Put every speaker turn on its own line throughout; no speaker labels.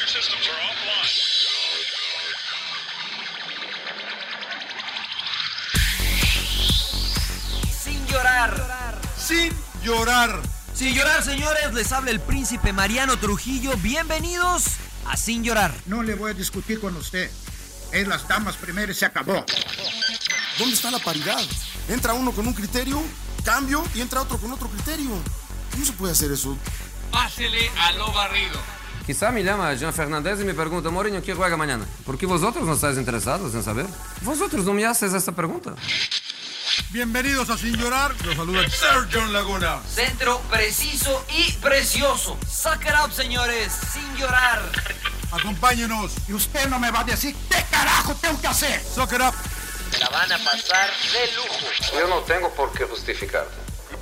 Your systems are offline.
Sin llorar.
sin llorar.
Sin llorar, señores, les habla el príncipe Mariano Trujillo. Bienvenidos a Sin llorar.
No le voy a discutir con usted. Es las damas primero y se acabó.
¿Dónde está la paridad? Entra uno con un criterio, cambio y entra otro con otro criterio. ¿Cómo se puede hacer eso?
Pásele a lo barrido.
Quizá me llama Jean Fernández y me pregunta, Mourinho, ¿qué juega mañana? Porque vosotros no estáis interesados en saber. Vosotros no me haces esta pregunta.
Bienvenidos a Sin Llorar. Los saluda Sergio Laguna.
Centro preciso y precioso. Suck it up, señores. Sin llorar.
Acompáñenos.
Y usted no me va a decir qué carajo tengo que hacer.
Suck it up.
La van a pasar de lujo.
Yo no tengo por qué justificarte.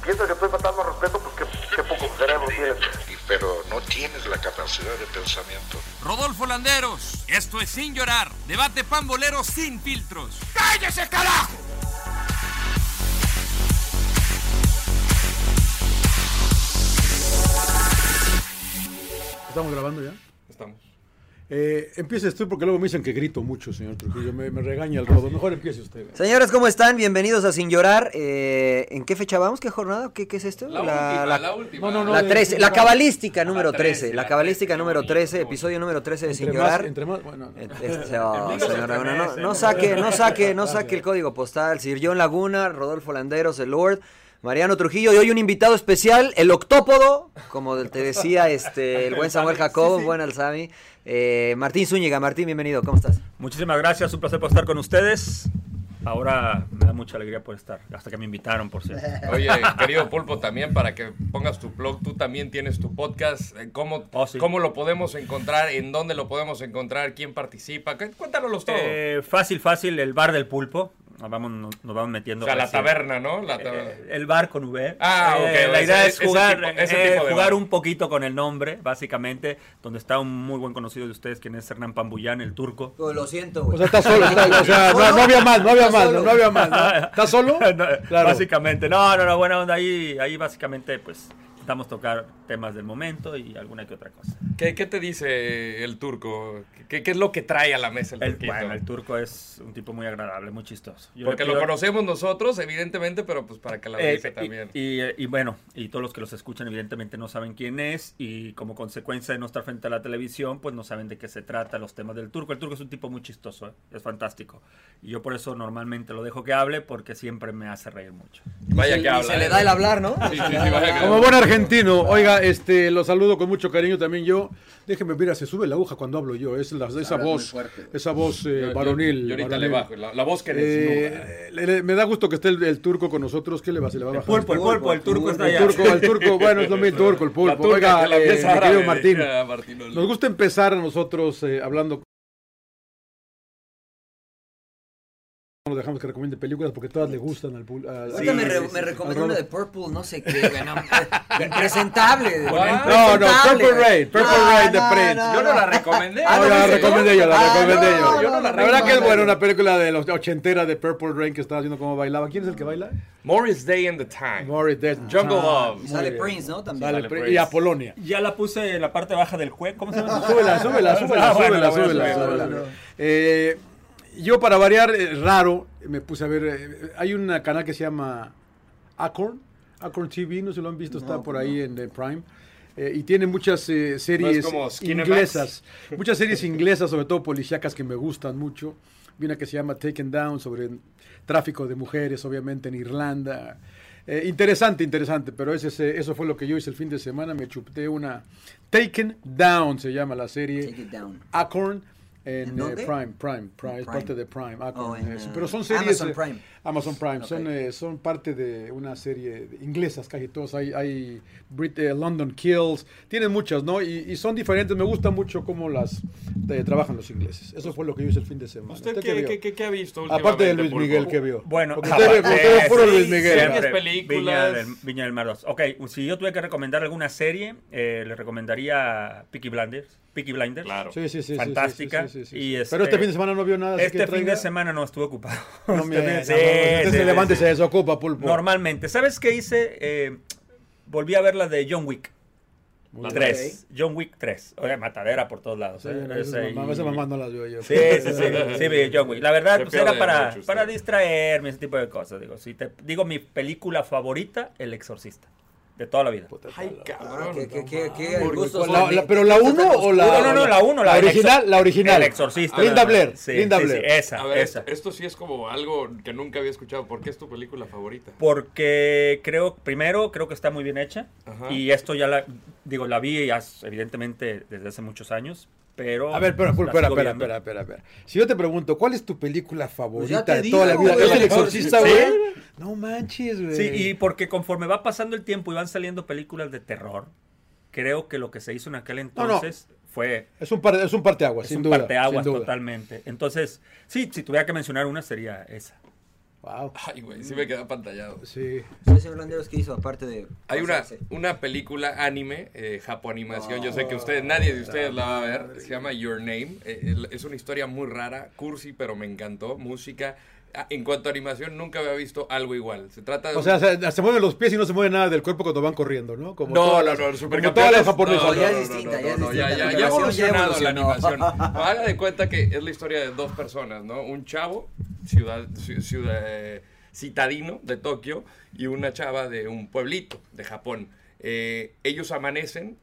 piensas que estoy faltando al respeto, pues qué, qué poco cerebro tienes.
Y- Pero no tienes la capacidad de pensamiento.
Rodolfo Landeros, esto es Sin Llorar. Debate pambolero sin filtros.
¡Cállese, carajo!
¿Estamos grabando ya? Estamos. Eh, empiece usted porque luego me dicen que grito mucho, señor Trujillo. Me, me regaña el rodo. Mejor empiece usted.
Señores, ¿cómo están? Bienvenidos a Sin llorar. Eh, ¿En qué fecha vamos? ¿Qué jornada? ¿Qué, qué es esto? La, la-
No, no, no.
la
de-
13, la cabalística número
13,
13, la
la
cabalística número 13, episodio número 13 de Sin
Entre más,
llorar.
entre más. Bueno, no.
Este, oh, señor Laguna, no, no saque, no saque, no saque el código postal. Sir John Laguna, Rodolfo Landeros, el Lord, Mariano Trujillo y hoy un invitado especial, el octópodo, como te decía este el buen Samuel Jacobo, buen Alzami. Eh, Martín Zúñiga, Martín, bienvenido, ¿cómo estás?
Muchísimas gracias, un placer por estar con ustedes. Ahora me da mucha alegría por estar, hasta que me invitaron, por cierto.
Oye, querido Pulpo, también para que pongas tu blog, tú también tienes tu podcast. Eh, ¿Cómo,
Oh, sí.
cómo lo podemos encontrar? ¿En dónde lo podemos encontrar? ¿Quién participa? Cu- Cuéntanoslos todo.
Eh, fácil, fácil, el bar del pulpo. Nos vamos, nos, vamos
o
metiendo.
sea, la
recién.
taberna, ¿no? La taberna.
pues Eh, el bar con V.
Ah, ok,
Eh, la
ese-
idea es
ese
jugar,
tipo- ese
eh,
tipo de
jugar
bar.
un poquito con el nombre, básicamente, donde está un muy buen conocido de ustedes, quien es Hernán Pambuyán, el turco.
Oh, lo siento,
O sea, Pues está solo. está- o sea, no, no había más, no había más, no, no había más. Pues ¿no? ¿Estás solo?
No, Básicamente, no, no, no, buena onda. Ahí, ahí básicamente, pues, intentamos tocar temas del momento y alguna que otra cosa.
¿Qué, qué te dice el turco? ¿Qué, qué es lo que trae a la mesa el,
El,
turquito?
bueno, el turco es un tipo muy agradable, muy chistoso. Yo le
Porque lo
pido-
conocemos nosotros, evidentemente, pero pues para que la
Eh,
audiencia
y-
también.
Y, eh, y bueno, y todos los que los escuchan evidentemente no saben quién es y como consecuencia de no estar frente a la televisión, pues no saben de qué se trata los temas del turco. El turco es un tipo muy chistoso, ¿eh? es fantástico. Y yo por eso normalmente lo dejo que hable porque siempre me hace reír mucho.
vaya que habla.
Se le
¿eh?
da el hablar, ¿no?
Sí, sí, sí, vaya que
Como buen argentino, oiga, este, lo saludo con mucho cariño también yo. Déjeme, mira, se sube la aguja cuando hablo yo. Es la- esa, voz, esa voz, eh,
Yo- yo-
varonil.
yo ahorita
varonil.
le bajo. La, la voz que desnuda.
Eh, le- le- me da gusto que esté el, el turco con nosotros. ¿Qué le va? ¿Se le va a
El
bajar?
pulpo, el pulpo, el turco está allá.
El turco, el turco, bueno, es lo mismo, el turco, el
La
pulpo.
turca
Oiga,
que la
eh,
pieza
mi querido
árabe,
Martín,
decía Martín Olí.
nos gusta empezar a nosotros eh, hablando. No dejamos que recomiende películas porque todas le gustan al pulpo.
Ahorita me, re- me recomendó una de Purple, no sé qué, güey, no, eh, impresentable.
No, no,
impresentable,
Purple
güey.
Rain, Purple
No,
Rain de
no,
Prince.
no,
Yo
no.
no la recomendé.
Ah,
No,
no,
la
¿en serio?
recomendé yo, la
Ah,
recomendé
no,
yo.
yo no la
la verdad que es
recomendé.
buena una película de los ochentera de Purple Rain que estaba viendo cómo bailaba. ¿Quién es el que baila?
Morris Day and the Time.
Morris Day.
Jungle Love.
Y Sale Prince, ¿no? También.
Sale
Sale
Prince.
Prince.
Y Apolonia.
Ya la puse en la parte baja del juego. ¿Cómo se llama?
Súbela, súbela, súbela,
Ah, bueno,
súbela,
la voy a
súbela,
subir, la voy a
súbela.
subir.
Eh, yo para variar, eh, raro, me puse a ver, eh, hay un canal que se llama Acorn, Acorn TV, no sé si lo han visto, está por ahí en eh, Prime. eh, y tiene muchas eh, series
No es como Skinner
inglesas. Muchas series inglesas, sobre todo policíacas, que me gustan mucho. Vi una que se llama Taken Down sobre tráfico de mujeres, obviamente, en Irlanda. Eh, interesante, interesante, pero ese, es, eh, eso fue lo que yo hice el fin de semana. Me chupé una Taken Down, se llama la serie.
Take it down.
Acorn en,
¿En dónde?
eh, Prime, Prime, Prime, es
Prime.
parte de Prime, Acorn,
Oh, en,
eso.
eh,
pero son series
Amazon
eh,
Prime.
Amazon Prime, son, eh, son parte de una serie de- inglesas casi todas, hay, hay Brit- eh, London Kills, tienen muchas, ¿no? Y, y son diferentes, me gusta mucho cómo las eh, trabajan los ingleses, eso fue lo que yo hice el fin de semana.
¿Usted qué, qué, qué- qué ha visto últimamente?
Aparte de Luis
Pulpo?
Miguel que vio.
Bueno,
Porque usted ve- usted ve puro
sí,
Luis Miguel.
siempre.
Series, películas.
Viña del, Viña del Mar dos. Ok, si yo tuviera que recomendar alguna serie, eh, le recomendaría Peaky Blinders. Peaky Blinders.
Claro.
Sí, sí, sí, sí, sí,
Fantástica.
sí, sí, sí, sí.
Y
Pero este fin de semana no vio nada, así que
Este fin
traiga.
de semana no estuve ocupado.
No,
Este
mira,
fin de-
no, este
sí,
no, usted
sí,
se levanta y
sí.
se desocupa, pulpo.
Normalmente. ¿Sabes qué hice? Eh, volví a ver la de John Wick.
Muy
3. John Wick 3. Oye, matadera por todos lados.
Sí,
eh.
a veces
Ese-
mamá- a veces mamá no las veo yo.
Sí, sí, sí, sí, vi John Wick. La verdad,
Se
pues era
pierde
para,
mucho usted.
para distraerme, ese tipo de cosas. Digo, si te digo mi película favorita, El Exorcista, de toda la vida.
Pues,
Ay,
Ah,
cabrón.
que- que- que- que
Porque-
el gusto
¿cuál- la-
son-
la- pero la
gusto
1
tan
o la
oscuro.
No, no, no, la 1, la
la
del
original,
exor-
la original.
El Exorcista.
Linda
la verdad.
Blair, Linda Blair.
esa,
A ver,
esa.
Esto, esto sí es como algo que nunca había escuchado. ¿Por qué es tu película favorita?
Porque creo, primero, creo que está muy bien hecha.
Ajá.
Y esto ya la, digo, la vi ya, evidentemente desde hace muchos años, pero...
A ver, espera,
la
espera, espera,
sigo
espera,
viendo.
espera, espera, espera. Si yo te pregunto, ¿cuál es tu película
Pues
favorita
te
de
digo,
toda la vida?
güey.
¿Es El Exorcista,
Sí.
güey? No manches, güey.
Sí, y porque conforme va pasando el tiempo y van saliendo películas de terror, creo que lo que se hizo en aquel
no.
entonces fue
Es un, par, es un parteaguas,
es
sin
un
duda.
parteaguas
sin duda.
totalmente. Entonces, sí, si tuviera que mencionar una sería esa.
Wow.
Ay, güey, sí me queda pantallado.
Sí.
Sí, señor Landeros, ¿qué hizo aparte de
Hay una,
pasarse?
una película anime, eh, japoanimación, yo sé que ustedes, nadie de ustedes la va a ver, se llama Your Name, eh, el- es una historia muy rara, cursi, pero me encantó, música, Ah, en cuanto a animación nunca había visto algo igual, se trata de...
O
un-
sea, se, se mueven los pies y no se mueve nada del cuerpo cuando van corriendo, ¿no? Como
no,
todas
no,
las,
no,
como todas las japonesas.
no, ya
¿no?
es distinta, ya es
no,
distinta.
ya,
La
ya,
animación
ya
ya
evolucionado la animación.
evolucionó.
Haga de cuenta que es la historia de dos personas, ¿no? Un chavo, ciudad, ci- ciudad- eh, citadino de Tokio, y una chava de un pueblito de Japón. Eh, ellos amanecen,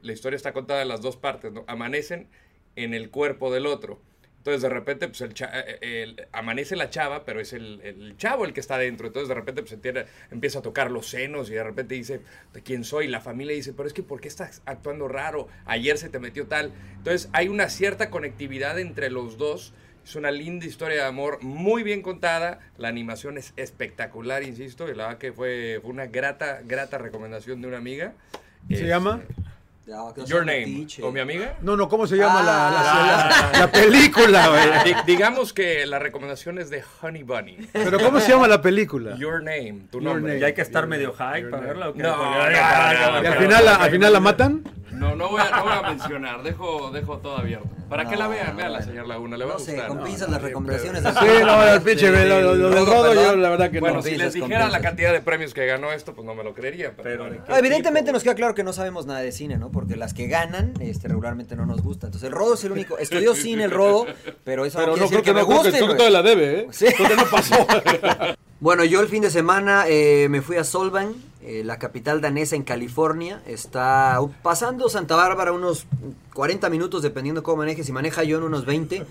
la historia está contada en las dos partes, ¿no? Amanecen en el cuerpo del otro. Entonces de repente pues el, cha- eh, el- amanece la chava, pero es el, el chavo el que está dentro. Entonces de repente pues, entiende- empieza a tocar los senos y de repente dice, ¿de quién soy? La familia dice, pero es que ¿por qué estás actuando raro? Ayer se te metió tal. Entonces hay una cierta conectividad entre los dos. Es una linda historia de amor, muy bien contada. La animación es espectacular, insisto. Y la verdad que fue, fue una grata, grata recomendación de una amiga.
¿Se
Este,
llama?
eh. Ya, que no sea
Your Name.
metiche.
¿O mi amiga?
No, no, ¿cómo se llama la, la-
Ah.
la- la película, güey?
Di- digamos que la recomendación es de Honey Bunny.
Pero ¿cómo se llama la película?
Your name, tu
Your
nombre.
name.
Y hay que estar
Yo-
medio high
yo
para
no.
verla. ¿o qué?
No,
Porque-
no, no,
¿Y
no,
al
Pero-
final, la, al final la matan?
No, no voy, a, no voy a mencionar, dejo, dejo todo abierto. Para que la vean, vean la señor Laguna, le va a
No sé,
gustar.
con pinzas las recomendaciones.
Sí, no, el pinche, güey, lo, lo- lo del
Luego,
rodo yo
perdón.
la verdad que
bueno,
no.
si
pinzas,
les
con
dijera la
pinzas.
cantidad de premios que ganó esto, pues no me lo creería. Pero,
Pero,
bueno.
¿de qué
Ah, Evidentemente
tipo?
nos queda claro que no sabemos nada de cine, ¿no? Porque las que ganan este, regularmente no nos gustan. Entonces el rodo es el único. Estudió cine el rodo, pero eso
Pero
no
no
quiere decir que,
creo que
me
no creo que
guste.
creo que
güey.
todavía la debe, ¿eh?
Sí.
Creo que no pasó.
Bueno, yo el fin de semana eh, me fui a Solvang, eh, la capital danesa en California. Está u- pasando Santa Bárbara unos 40 minutos, dependiendo cómo manejes. Si maneja yo en unos 20,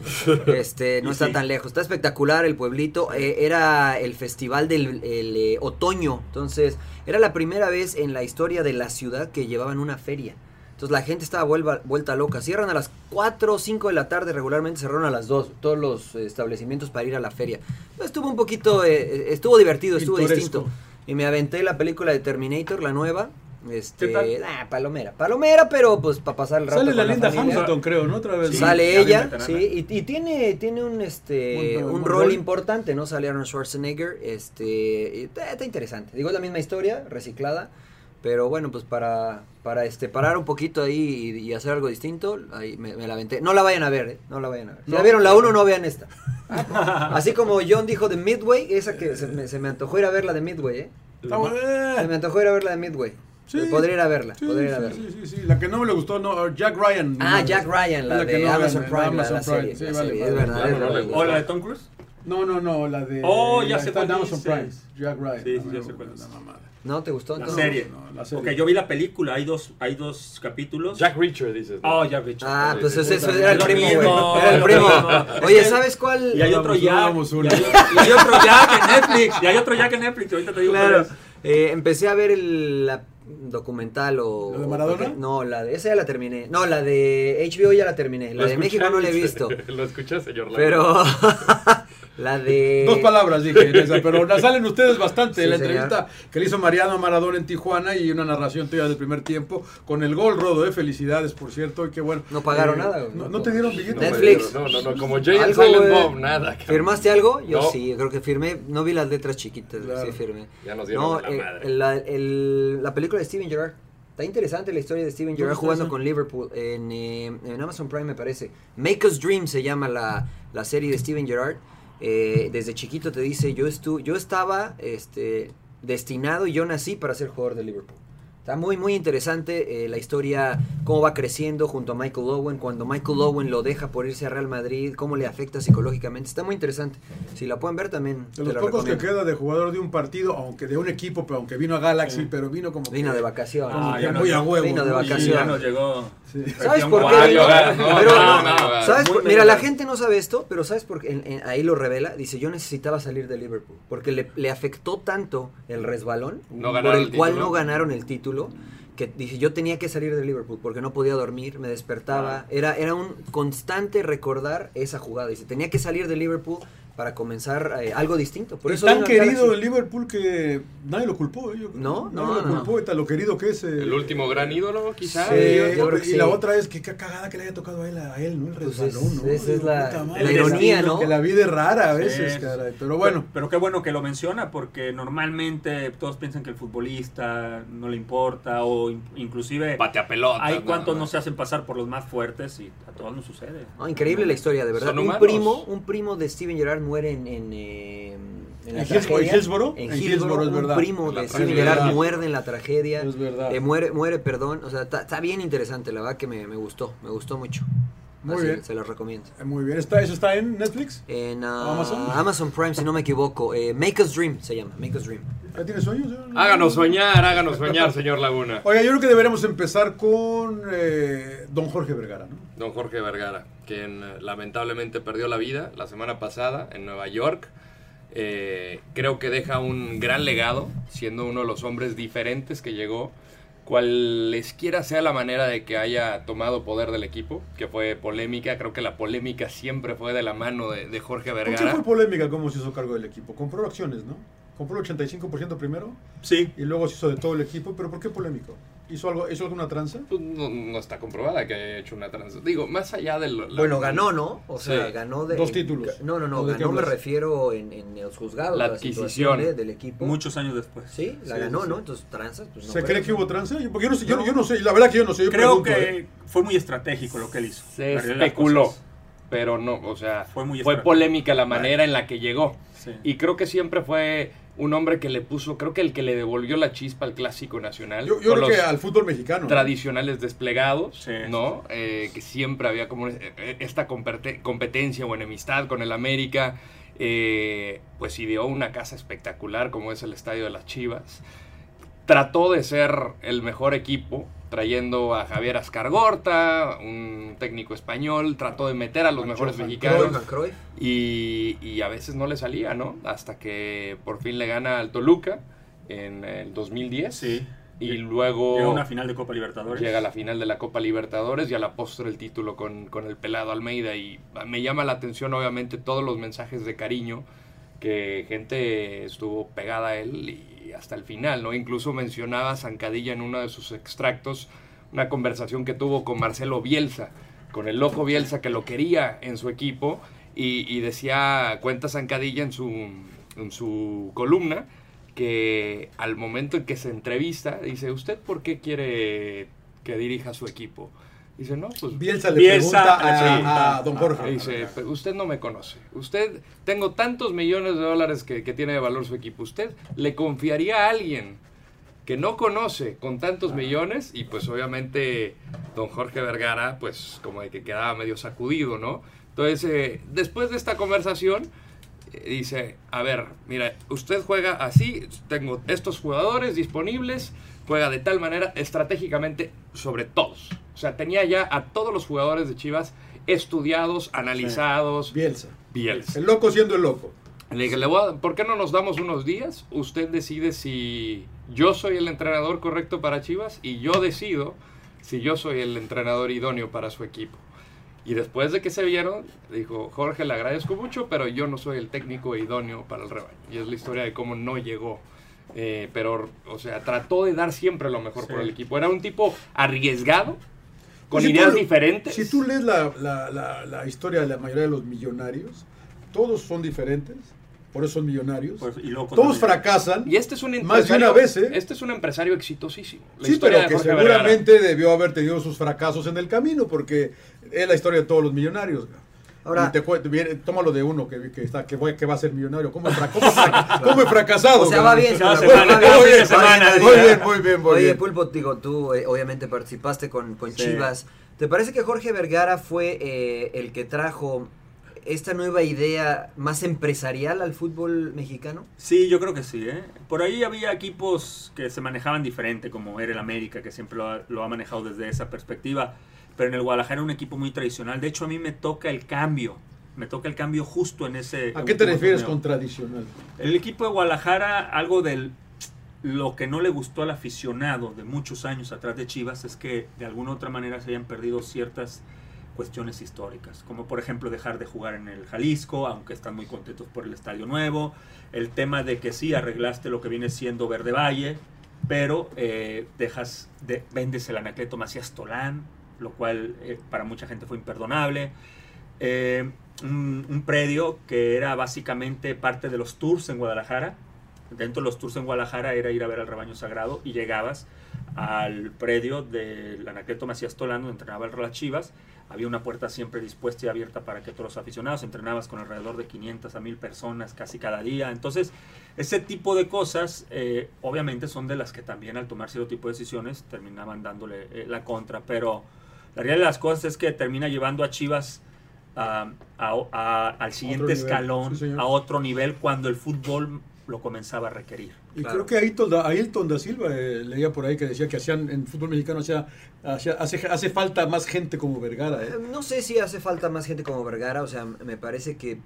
este, no está tan lejos. Está espectacular el pueblito. Eh, era el festival del el, eh, otoño. Entonces, era la primera vez en la historia de la ciudad que llevaban una feria. Entonces la gente estaba vuelva- vuelta loca. Cierran a las 4 o 5 de la tarde, regularmente cerraron a las 2 todos los eh, establecimientos para ir a la feria. Pues, estuvo un poquito, eh, eh, estuvo divertido, estuvo
Pintoresco.
distinto. Y me aventé la película de Terminator, la nueva. Este,
¿Qué tal?
Ah, palomera. Palomera, pero pues para pasar el rato.
Sale
con
la linda
familia.
Hamilton, creo, ¿no? Otra vez.
Sí.
Sale
ya
ella,
veterana.
sí, y, y tiene, tiene un este
Un-
un,
un
rol
rol.
importante, ¿no? Sale Arnold Schwarzenegger, este y está, está interesante. Digo, es la misma historia, reciclada, pero bueno, pues para, para este parar un poquito ahí y, y hacer algo distinto, ahí me, me la aventé. No la vayan a ver, ¿eh? no la vayan a ver. Si la vieron la uno, no vean esta.
Ah, pues.
Así como John dijo de Midway, esa que se me, se me antojó ir a ver la de Midway, ¿eh?
Está buena.
Se me antojó ir a ver la de Midway.
Sí.
Podría ir a verla,
Sí,
podría ir a
sí,
verla.
sí, sí, sí. La que no me le gustó, no, Jack Ryan.
Ah,
no,
Jack
es-
Ryan,
es
la de
que no,
Amazon
la-
Prime, la de la
Amazon
serie,
Prime, sí,
la
vale,
serie,
vale.
es verdad, es
No, no,
verdad.
¿O la de Tom Cruise?
No, no, no, la de.
Oh, ya sé
está en
cuál
Amazon
dices.
Prime. Jack Ryan.
Sí, sí,
No,
ya
no,
sé cuál
no,
es.
no, mamada.
¿No te gustó?
La
entonces?
serie.
No,
la serie. Ok, yo vi la película, hay dos, hay dos capítulos.
Jack Reacher, dices.
Oh, Jack Reacher.
Ah, pues
Sí,
ese,
sí,
ese
sí.
era el
Lo
primo,
mismo,
güey. Era el
lo
primo.
mismo.
Oye,
Es que-
¿sabes cuál?
Y hay otro
Vamos,
Jack.
vamos,
Y hay, y hay otro Jack en Netflix. Y hay otro Jack en Netflix. Ahorita te digo pues. cuál
Claro.
es.
Eh, empecé a ver el la documental o...
¿La de Maradona?
No, la de... Esa ya la terminé. No, la de HBO ya la terminé. La
Lo
de México
escuché,
no la he visto.
dice. Lo escuché, señor Laguna.
Pero... la de...
Dos palabras dije, en esa, pero la salen ustedes bastante.
Sí,
la
señor.
entrevista que le hizo Mariano a Maradona en Tijuana y una narración tuya del primer tiempo con el gol rodo, eh, felicidades, por cierto, y qué bueno. Eh,
No pagaron nada, güey.
No, no te dieron billete.
No me
Netflix.
dieron, No, no, no, como Jay and
Algo,
Silent
güey.
Bob, nada. cabrón.
¿Firmaste algo? Yo
No.
sí, yo creo que firmé. No vi las letras chiquitas, pero sí firmé.
Ya nos dieron la
eh,
madre.
La, el- la película de Steven Gerrard. Está interesante la historia de Steven Gerrard
está
jugando
esa?
con Liverpool en, eh, en Amazon Prime, me parece. Maker's Dream se llama la, la serie de Steven Gerrard. Eh, desde chiquito te dice, yo, estu yo estaba este, destinado y yo nací para ser jugador de Liverpool. Está muy, muy interesante eh, la historia, cómo va creciendo junto a Michael Owen, cuando Michael Owen lo deja por irse a Real Madrid, cómo le afecta psicológicamente. Está muy interesante. Si la pueden ver también,
De
te
los
la
pocos que
recomiendo.
queda de jugador de un partido, aunque de un equipo, pero aunque vino a Galaxy, pero vino como. que-
Vino de vacaciones.
como
Ah,
que
ya no-
muy a huevo.
vino de
¿no?
Y ya
vacaciones.
nos llegó.
Sí.
¿Sabes
Versión
por qué?
Wario, ¿verdad?
no,
Pero-
no, no,
¿sabes
muy
por- Mira, la
legal.
gente no sabe esto, pero ¿sabes por qué? En- en- ahí lo revela. Dice, yo necesitaba salir de Liverpool. Porque le, le afectó tanto el resbalón,
No
por
ganaron
el
el
cual
título.
no ganaron el título, que dice, yo tenía que salir de Liverpool porque no podía dormir, me
Ah.
despertaba. Era, era un constante recordar esa jugada. Dice, tenía que salir de Liverpool para comenzar eh, algo distinto. Por
Es
eso
tan
vino al
querido
Galaxy.
el Liverpool que nadie lo culpó. eh, yo creo.
No,
Nadie
no,
lo
no,
culpó,
no.
y tan lo querido que es. eh,
El último gran ídolo, quizás.
Sí,
eh,
yo creo
y
que sí.
la otra es que qué cagada que le haya tocado a él, a él ¿no? El
Pues
resbalón,
es-
¿no?
esa
Digo,
es la-
puta madre.
la ironía,
¿no?
Que la vida es rara a
Sí,
veces,
sí, sí.
caray. Pero bueno.
Pero qué bueno que lo menciona, porque normalmente todos piensan que el futbolista no le importa, o in- inclusive
Patea pelota.
hay
nada
cuantos no
más.
se hacen pasar por los más fuertes y a todos nos sucede.
No, Ah, increíble la historia, de verdad.
Son
Un
humanos.
primo, un primo de Steven Gerrard muere en... en, eh, en la
¿En Hillsborough-
tragedia.
en Hillsborough?
En
En Hillsborough, es
Hillsborough, un
verdad.
primo
La
de Steven
tragedia.
Gerrard muerde en la tragedia.
Es verdad.
Eh, muere, muere, perdón. O sea, está está bien interesante, la verdad que me, me gustó, me gustó mucho.
Muy
Así,
bien.
Se los recomiendo.
Eh, Muy bien. ¿Está, ¿Eso está en Netflix?
En ah,
Amazon.
Amazon? Prime, si no me equivoco. Eh, Make Us Dream se llama, Make Us Dream.
¿Ya tiene sueños?
Háganos soñar, háganos soñar, señor Laguna.
Oiga, yo creo que deberíamos empezar con eh, don Jorge Vergara, ¿no?
Don Jorge Vergara, quien eh, lamentablemente perdió la vida la semana pasada en Nueva York. Eh, creo que deja un gran legado, siendo uno de los hombres diferentes que llegó, cualesquiera sea la manera de que haya tomado poder del equipo, que fue polémica. Creo que la polémica siempre fue de la mano de, de Jorge
¿Por qué
Vergara.
fue polémica cómo se hizo cargo del equipo? Compró acciones, ¿no? Compró el 85% primero
Sí.
y luego se hizo de todo el equipo, pero ¿por qué polémico? ¿Hizo, algo, ¿hizo alguna tranza?
Pues No, no está comprobada que haya hecho una transacción. Digo, más allá de lo... la-
Bueno, ganó, ¿no? O sea,
Sí.
ganó de...
Dos títulos.
No, no, no,
¿O de qué
ganó me
hablas?
refiero en, en los juzgados.
La
situación
adquisición.
de- del equipo.
Muchos años después.
Sí, la
Sí,
ganó,
sí, sí.
¿no? Entonces, tranzas, pues no
¿Se cree
creo.
que hubo tranza? Yo- Porque yo no sé, yo,
No.
yo no sé, la verdad que yo no sé. Yo
Creo
pregunto,
que
¿eh?
fue muy estratégico lo que él hizo.
Se
Arreglar las
especuló,
cosas.
pero no, o sea,
Fue muy
fue
estratégico.
polémica la manera en la que llegó.
Sí.
Y creo que siempre fue un hombre que le puso, creo que el que le devolvió la chispa al clásico nacional.
Yo, yo
con
creo que
los
al fútbol mexicano.
tradicionales desplegados,
Sí,
¿no? Eh, que siempre había como eh, eh, esta comperte- competencia o enemistad con el América. Eh, pues ideó una casa espectacular como es el Estadio de las Chivas. Trató de ser el mejor equipo, trayendo a Javier Ascargorta, un técnico español, trató de meter a los mejores
Johan
mexicanos.
Cruyff, Cruyff.
Y, y a veces no le salía, ¿no? Hasta que por fin le gana al Toluca en el 2010.
Sí.
Y luego
Llegó a una final de Copa Libertadores.
llega a la final de la Copa Libertadores y a la postre el título con, con el pelado Almeida. Y me llama la atención, obviamente, todos los mensajes de cariño que gente estuvo pegada a él y hasta el final, ¿no? Incluso mencionaba a Zancadilla en uno de sus extractos una conversación que tuvo con Marcelo Bielsa, con el loco Bielsa que lo quería en su equipo y, y decía, cuenta Zancadilla en su, en su columna, que al momento en que se entrevista, dice, ¿usted por qué quiere que dirija su equipo? Dice, no, pues... ah,
Bielsa le
Bielsa
pregunta a,
le pregunta
a don
a-
Jorge.
Dice, "Pero usted no me conoce. Usted, tengo tantos millones de dólares que, que tiene de valor su equipo. ¿Usted le confiaría a alguien que no conoce con tantos millones? Y pues obviamente don Jorge Vergara, pues como de que quedaba medio sacudido, ¿no? Entonces, eh, después de esta conversación, dice, a ver, mira, usted juega así, tengo estos jugadores disponibles, juega de tal manera estratégicamente sobre todos. O sea, tenía ya a todos los jugadores de Chivas estudiados, analizados. Sí.
Bielsa.
Bielsa.
El loco siendo el loco.
Le dije, le voy a, ¿por qué no nos damos unos días? Usted decide si yo soy el entrenador correcto para Chivas y yo decido si yo soy el entrenador idóneo para su equipo. Y después de que se vieron, dijo, Jorge, le agradezco mucho, pero yo no soy el técnico idóneo para el rebaño. Y es la historia de cómo no llegó. Eh, pero, o sea, trató de dar siempre lo mejor sí. por el equipo. Era un tipo arriesgado, con si ideas
Pues tú,
diferentes.
Si tú lees la, la, la, la historia de la mayoría de los millonarios, todos son diferentes por eso son millonarios. Pues, y Todos también. fracasan.
Y este es un
más de una vez. ¿eh?
Este es un empresario exitosísimo.
La sí, pero que seguramente Vergara. debió haber tenido sus fracasos en el camino, porque es la historia de todos los millonarios. Ahora, te, viene, tómalo de uno que, que, está, que, que, va a ser millonario. ¿Cómo, fra, cómo, fra, cómo he fracasado?
O sea, va bien.
Muy bien, muy bien. Muy
Oye,
bien.
Pulpo, digo, tú eh, obviamente participaste con, con sí. Chivas. ¿Te parece que Jorge Vergara fue eh, el que trajo esta nueva idea más empresarial al fútbol mexicano?
Sí, yo creo que sí. ¿eh? Por ahí había equipos que se manejaban diferente, como era el América, que siempre lo ha, lo ha, manejado desde esa perspectiva. Pero en el Guadalajara era un equipo muy tradicional. De hecho, a mí me toca el cambio. Me toca el cambio justo en ese...
¿A qué te refieres torneo. con tradicional?
El equipo de Guadalajara, algo del... Lo que no le gustó al aficionado de muchos años atrás de Chivas es que de alguna u otra manera se habían perdido ciertas cuestiones históricas, como por ejemplo dejar de jugar en el Jalisco, aunque están muy contentos por el estadio nuevo, el tema de que sí arreglaste lo que viene siendo Verde Valle, pero eh, dejas de, vendes el Anacleto Macías Tolán, lo cual eh, para mucha gente fue imperdonable. Eh, un, un, predio que era básicamente parte de los tours en Guadalajara. Dentro de los tours en Guadalajara era ir a ver al rebaño sagrado y llegabas al predio del Anacleto Macías Tolán, donde entrenaba el Las Chivas, había una puerta siempre dispuesta y abierta para que todos los aficionados entrenabas con alrededor de 500 a 1000 personas casi cada día. Entonces, ese tipo de cosas, eh, obviamente, son de las que también al tomar cierto tipo de decisiones terminaban dándole eh, la contra. Pero la realidad de las cosas es que termina llevando a Chivas a, a, a, al siguiente escalón, sí, a otro nivel, cuando el fútbol lo comenzaba a requerir.
Y claro. creo que Ailton, Ailton da Silva eh, leía por ahí que decía que hacían en fútbol mexicano hacía, hacía, hace, hace falta más gente como Vergara. Eh.
No sé si hace falta más gente como Vergara, o sea, me parece que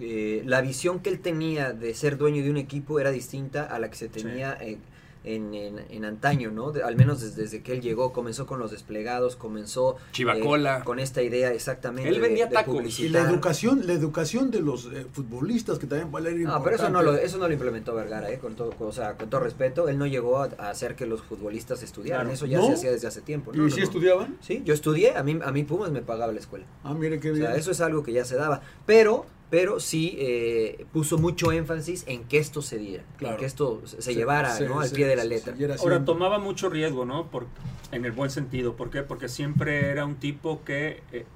eh, la visión que él tenía de ser dueño de un equipo era distinta a la que se tenía sí. en, en, en, antaño, ¿no? De, al menos desde, desde, que él llegó, comenzó con los desplegados, comenzó eh,
Chivacola.
con esta idea exactamente.
Él vendía
de, de
tacos.
Y la educación, la educación de los eh, futbolistas que también vale
Ah, pero eso no lo, eso no lo implementó Vergara, ¿eh? con todo, o sea, con todo respeto, él no llegó a, a hacer que los futbolistas estudiaran, claro. eso ya ¿No? se hacía desde hace tiempo.
No, ¿Y no, si estudiaban?
Sí, yo estudié, a mí, a mí Pumas me pagaba la escuela.
Ah, mire qué
O
bien.
sea, eso es algo que ya se daba, pero, pero sí eh, puso mucho énfasis en que esto se diera, claro. en que esto se, se llevara se, ¿no? Se, al pie de la letra.
Ahora, tomaba mucho riesgo, ¿no? Por, en el buen sentido, ¿por qué? Porque siempre era un tipo que... Eh,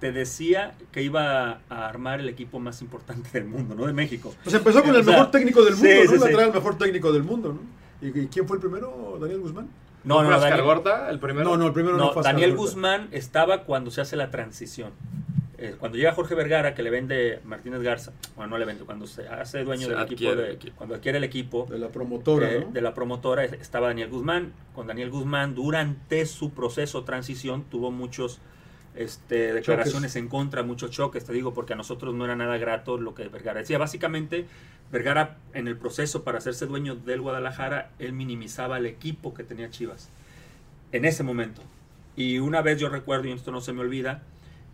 te decía que iba a armar el equipo más importante del mundo, ¿no? De México.
Pues empezó con el o sea, mejor técnico del mundo, sí, ¿no? Sí, sí. Trae el mejor técnico del mundo, ¿no? ¿Y, ¿Y, quién fue el primero? ¿Daniel Guzmán?
No, no, no Daniel, Gorda, el primero.
No, no, el primero no, no fue
Daniel Gorda. Guzmán estaba cuando se hace la transición. Eh, cuando llega Jorge Vergara, que le vende Martínez Garza, bueno, no le vende, cuando se hace dueño se del adquiere, equipo, de, equipo, cuando adquiere el equipo.
De la promotora.
Eh,
¿no?
De la promotora estaba Daniel Guzmán. Con Daniel Guzmán, durante su proceso de transición, tuvo muchos este, declaraciones choques. en contra, muchos choques, te digo, porque a nosotros no era nada grato lo que Vergara decía. Básicamente, Vergara en el proceso para hacerse dueño del Guadalajara, él minimizaba el equipo que tenía Chivas en ese momento. Y una vez yo recuerdo, y esto no se me olvida,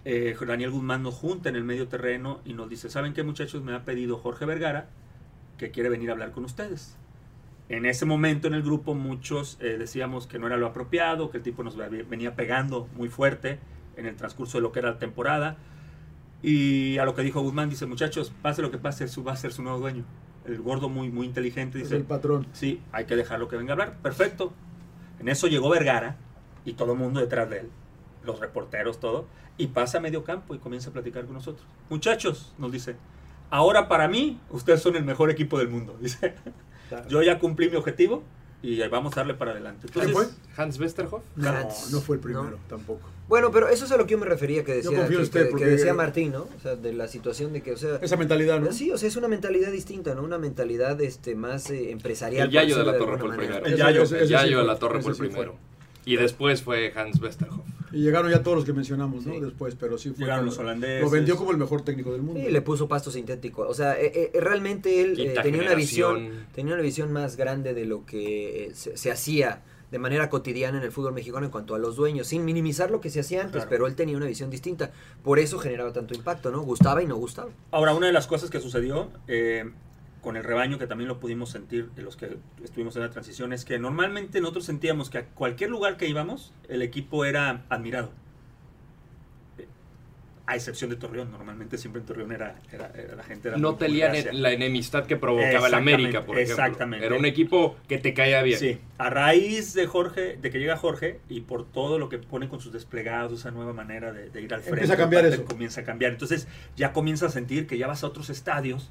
eh, Daniel Guzmán nos junta en el medio terreno y nos dice, ¿saben qué muchachos? Me ha pedido Jorge Vergara que quiere venir a hablar con ustedes. En ese momento en el grupo muchos eh, decíamos que no era lo apropiado, que el tipo nos venía pegando muy fuerte, en el transcurso de lo que era la temporada. Y a lo que dijo Guzmán, dice, muchachos, pase lo que pase, su, va a ser su nuevo dueño. El gordo muy, muy inteligente dice...
Es Pues el patrón.
Sí, hay que dejarlo que venga a hablar. Perfecto. En eso llegó Vergara y todo el mundo detrás de él, los reporteros, todo, y pasa a medio campo y comienza a platicar con nosotros. Muchachos, nos dice, ahora para mí, ustedes son el mejor equipo del mundo. Dice, claro. yo ya cumplí mi objetivo, y vamos a darle para adelante.
¿Quién fue?
¿Hans Westerhoff?
No,
Ah,
no fue el primero, tampoco.
Bueno, pero eso es a lo que yo me refería que decía,
Yo confío
que,
en usted,
que- que
porque-
decía Martín, ¿no? O sea, de la situación de que, o sea...
Esa mentalidad, ¿no?
Pues Sí, o sea, es una mentalidad distinta, ¿no? Una mentalidad este, más eh, empresarial.
El Yayo
por
de la
decirlo
Torre fue el
alguna manera.
primero.
El Yayo, ese-
el
ese sí
Yayo de
fue,
la Torre
ese
fue el
sí fue.
primero. Y después fue Hans Westerhoff.
Y llegaron ya todos los que mencionamos, ¿no? Después, pero sí fue.
Llegaron
como-
los holandeses.
Lo vendió como el mejor técnico del mundo.
Sí, le puso pasto sintético. O sea, eh, eh, realmente él eh,
Quinta
tenía una visión,
generación.
tenía una visión más grande de lo que eh, se, se hacía de manera cotidiana en el fútbol mexicano en cuanto a los dueños, sin minimizar lo que se hacía antes,
Claro.
pero él tenía una visión distinta. Por eso generaba tanto impacto, ¿no? Gustaba y no gustaba.
Ahora, una de las cosas que sucedió eh, con el rebaño, que también lo pudimos sentir eh, los que estuvimos en la transición, es que normalmente nosotros sentíamos que a cualquier lugar que íbamos, el equipo era admirado. Eh, A excepción de Torreón, normalmente siempre en Torreón era, era- era- la gente era
No
muy
tenían
burocracia.
la enemistad que provocaba el
Exactamente,
América, por ejemplo.
exactamente.
Era un equipo que te caía bien.
Sí, a raíz de Jorge, de que llega Jorge y por todo lo que pone con sus desplegados, esa nueva manera de, de ir al frente.
Empieza a cambiar
aparte,
eso.
Comienza a cambiar. Entonces ya comienza a sentir que ya vas a otros estadios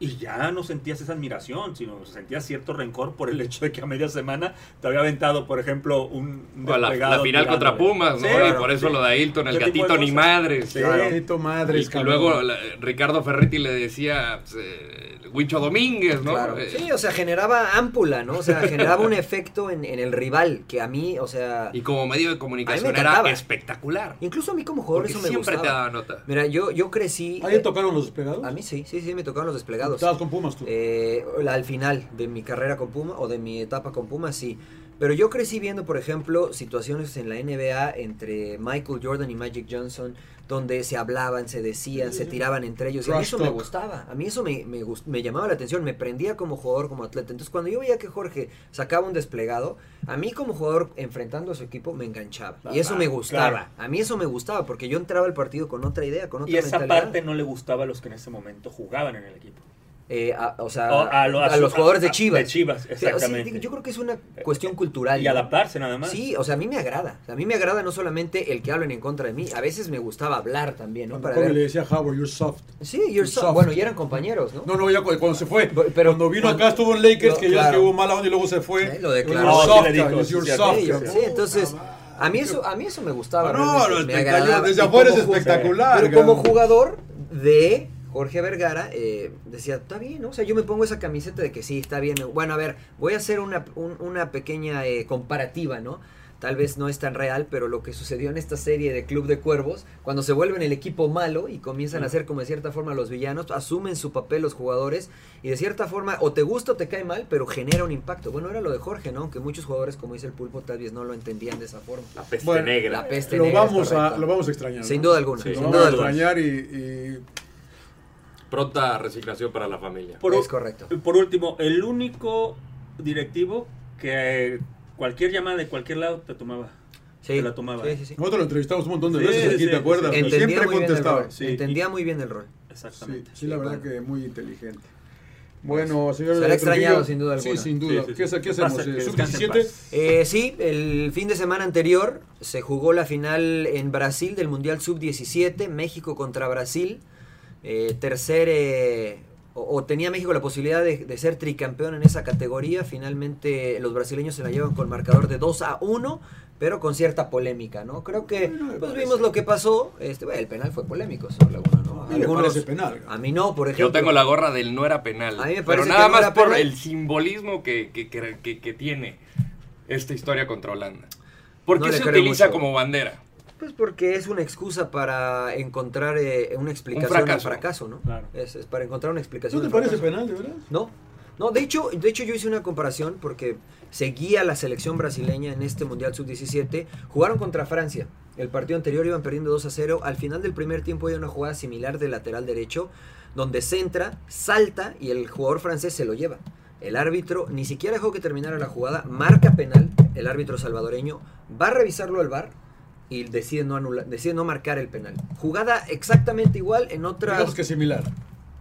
y ya no sentías esa admiración, sino sentías cierto rencor por el hecho de que a media semana te había aventado, por ejemplo, un un
O la, la
desplegado
final contra
tirándole.
Pumas, ¿no?
Sí,
y por eso
sí.
lo de Ailton, el
Ese tipo de
gatito ni
cosas.
madre.
Sí.
Carito madres,
Y que
cabrón.
luego la- Ricardo Ferretti le decía pues, eh, Huicho Domínguez, ¿no?
Claro.
Eh,
Sí, o sea, generaba ámpula, ¿no? O sea, generaba un efecto en, en el rival que a mí, o sea...
Y como medio de comunicación era
encantaba.
espectacular.
Incluso a mí como jugador
Porque
eso me
siempre te
gustaba.
daba nota.
Mira, yo, yo crecí...
¿Ahí
eh,
tocaron los desplegados?
A mí sí, sí, sí, me tocaron los desplegados.
Estabas con Pumas tú.
Eh, la- al final de mi carrera con Puma o de mi etapa con Puma, sí. Pero yo crecí viendo, por ejemplo, situaciones en la NBA entre Michael Jordan y Magic Johnson, donde se hablaban, se decían, se tiraban entre ellos. Y a mí
Trash
eso me
talk.
gustaba, a mí eso me, me, gust- me llamaba la atención, me prendía como jugador, como atleta. Entonces, cuando yo veía que Jorge sacaba un desplegado, a mí como jugador enfrentando a su equipo me enganchaba. Y eso me gustaba, a mí eso me gustaba, porque yo entraba al partido con otra idea, con otra
Y esa
mentalidad.
parte no le gustaba a los que en ese momento jugaban en el equipo.
Eh, a- o sea,
O-
a,
a lo- a
los
su-
jugadores
a-
de Chivas.
de Chivas,
Sí, o sea,
exactamente.
digo, yo creo que es una cuestión cultural.
Eh, Y
¿no?
adaptarse nada más.
Sí, o sea, a mí me agrada. O sea, a mí me agrada no solamente el que hablen en contra de mí, a veces me gustaba hablar también, ¿no?
Cuando
Para
Kobe
ver-
le decía Howard, you're soft.
Sí, you're so-
soft.
Bueno, y eran compañeros, ¿no?
No, no, ya cu- cuando se fue.
Bu- pero-
cuando vino
cuando-
acá estuvo en Lakers,
no,
que ya es
claro.
que hubo mala onda y luego se fue.
Sí, lo declaró.
You're
No, sí
soft,
le dijo,
cabrón,
sí,
you're
sí,
soft,
Sí, yo-
cabrón.
sí, entonces, a mí, eso, a mí eso me gustaba.
No,
realmente,
no,
me
espectacular,
agradaba.
desde
Y
afuera
como
es
ju-
espectacular,
Pero como
cabrón.
jugador de Jorge Vergara, eh, decía, está bien, ¿no? O sea, yo me pongo esa camiseta de que sí, está bien. Bueno, a ver, voy a hacer una, un- una pequeña eh, comparativa, ¿no? Tal vez no es tan real, pero lo que sucedió en esta serie de Club de Cuervos, cuando se vuelven el equipo malo y comienzan a ser como de cierta forma los villanos, asumen su papel los jugadores y de cierta forma o te gusta o te cae mal, pero genera un impacto. Bueno, era lo de Jorge, ¿no? Aunque muchos jugadores, como dice el pulpo, tal vez no lo entendían de esa forma.
La peste
Bueno,
negra.
La peste
lo,
negra es
vamos a,
correcta.
lo vamos a extrañar.
Sin
¿no?
duda alguna,
Lo
sin
vamos
duda
a
alguna.
extrañar y, y
Pronta resignación para la familia.
Por,
Es correcto.
Por último, el único directivo que cualquier llamada de cualquier lado te tomaba.
Sí.
Te la tomaba.
Sí, sí, sí.
nosotros lo entrevistamos un montón de
Sí,
veces aquí,
sí,
¿te
sí,
acuerdas?
sí.
Y
Entendía
Siempre
muy bien el
contestaba.
rol.
Sí.
Entendía muy bien el rol.
Sí,
Exactamente.
sí, la
Sí,
verdad
bueno.
que muy inteligente. Bueno, señor.
Será
Trujillo,
extrañado, sin duda alguna.
Sí, sin
Sí,
duda.
sí, sí.
¿Qué, hace- qué
Pasa
hacemos?
que
Eh,
descanse en
¿Sub-17?
Eh, sí, el fin de semana anterior se jugó la final en Brasil del Mundial Sub-17, México contra Brasil. Eh, tercer, eh, o, o tenía México la posibilidad de, de ser tricampeón en esa categoría. Finalmente los brasileños se la llevan con marcador de 2 a 1, pero con cierta polémica, ¿no? Creo que pues, vimos lo que pasó. Este, bueno, el penal fue polémico, señor Laguna, ¿no?
A mí me parece penal.
A mí no, por ejemplo.
Yo tengo la gorra del no era penal.
A mí me
pero
parece
nada
que no
más
era
por
penal.
el simbolismo que, que- que- que- que tiene esta historia contra Holanda. ¿Por
No
qué
le
se
creo
utiliza
mucho.
como bandera?
Pues porque es una excusa para encontrar eh, una explicación
fracaso.
al fracaso, ¿no?
Claro.
Es, es para encontrar una
¿No
explicación.
te
al
parece
fracaso.
penal, de verdad?
No. No, de hecho, de hecho yo hice una comparación porque seguía la selección brasileña en este Mundial Sub-17. Jugaron contra Francia. El partido anterior iban perdiendo 2 a 0. Al final del primer tiempo hay una jugada similar de lateral derecho donde centra, salta y el jugador francés se lo lleva. El árbitro ni siquiera dejó que terminara la jugada, marca penal, el árbitro salvadoreño va a revisarlo al bar y decide no anular, decide no marcar el penal. Jugada exactamente igual en otra
Digamos que similar.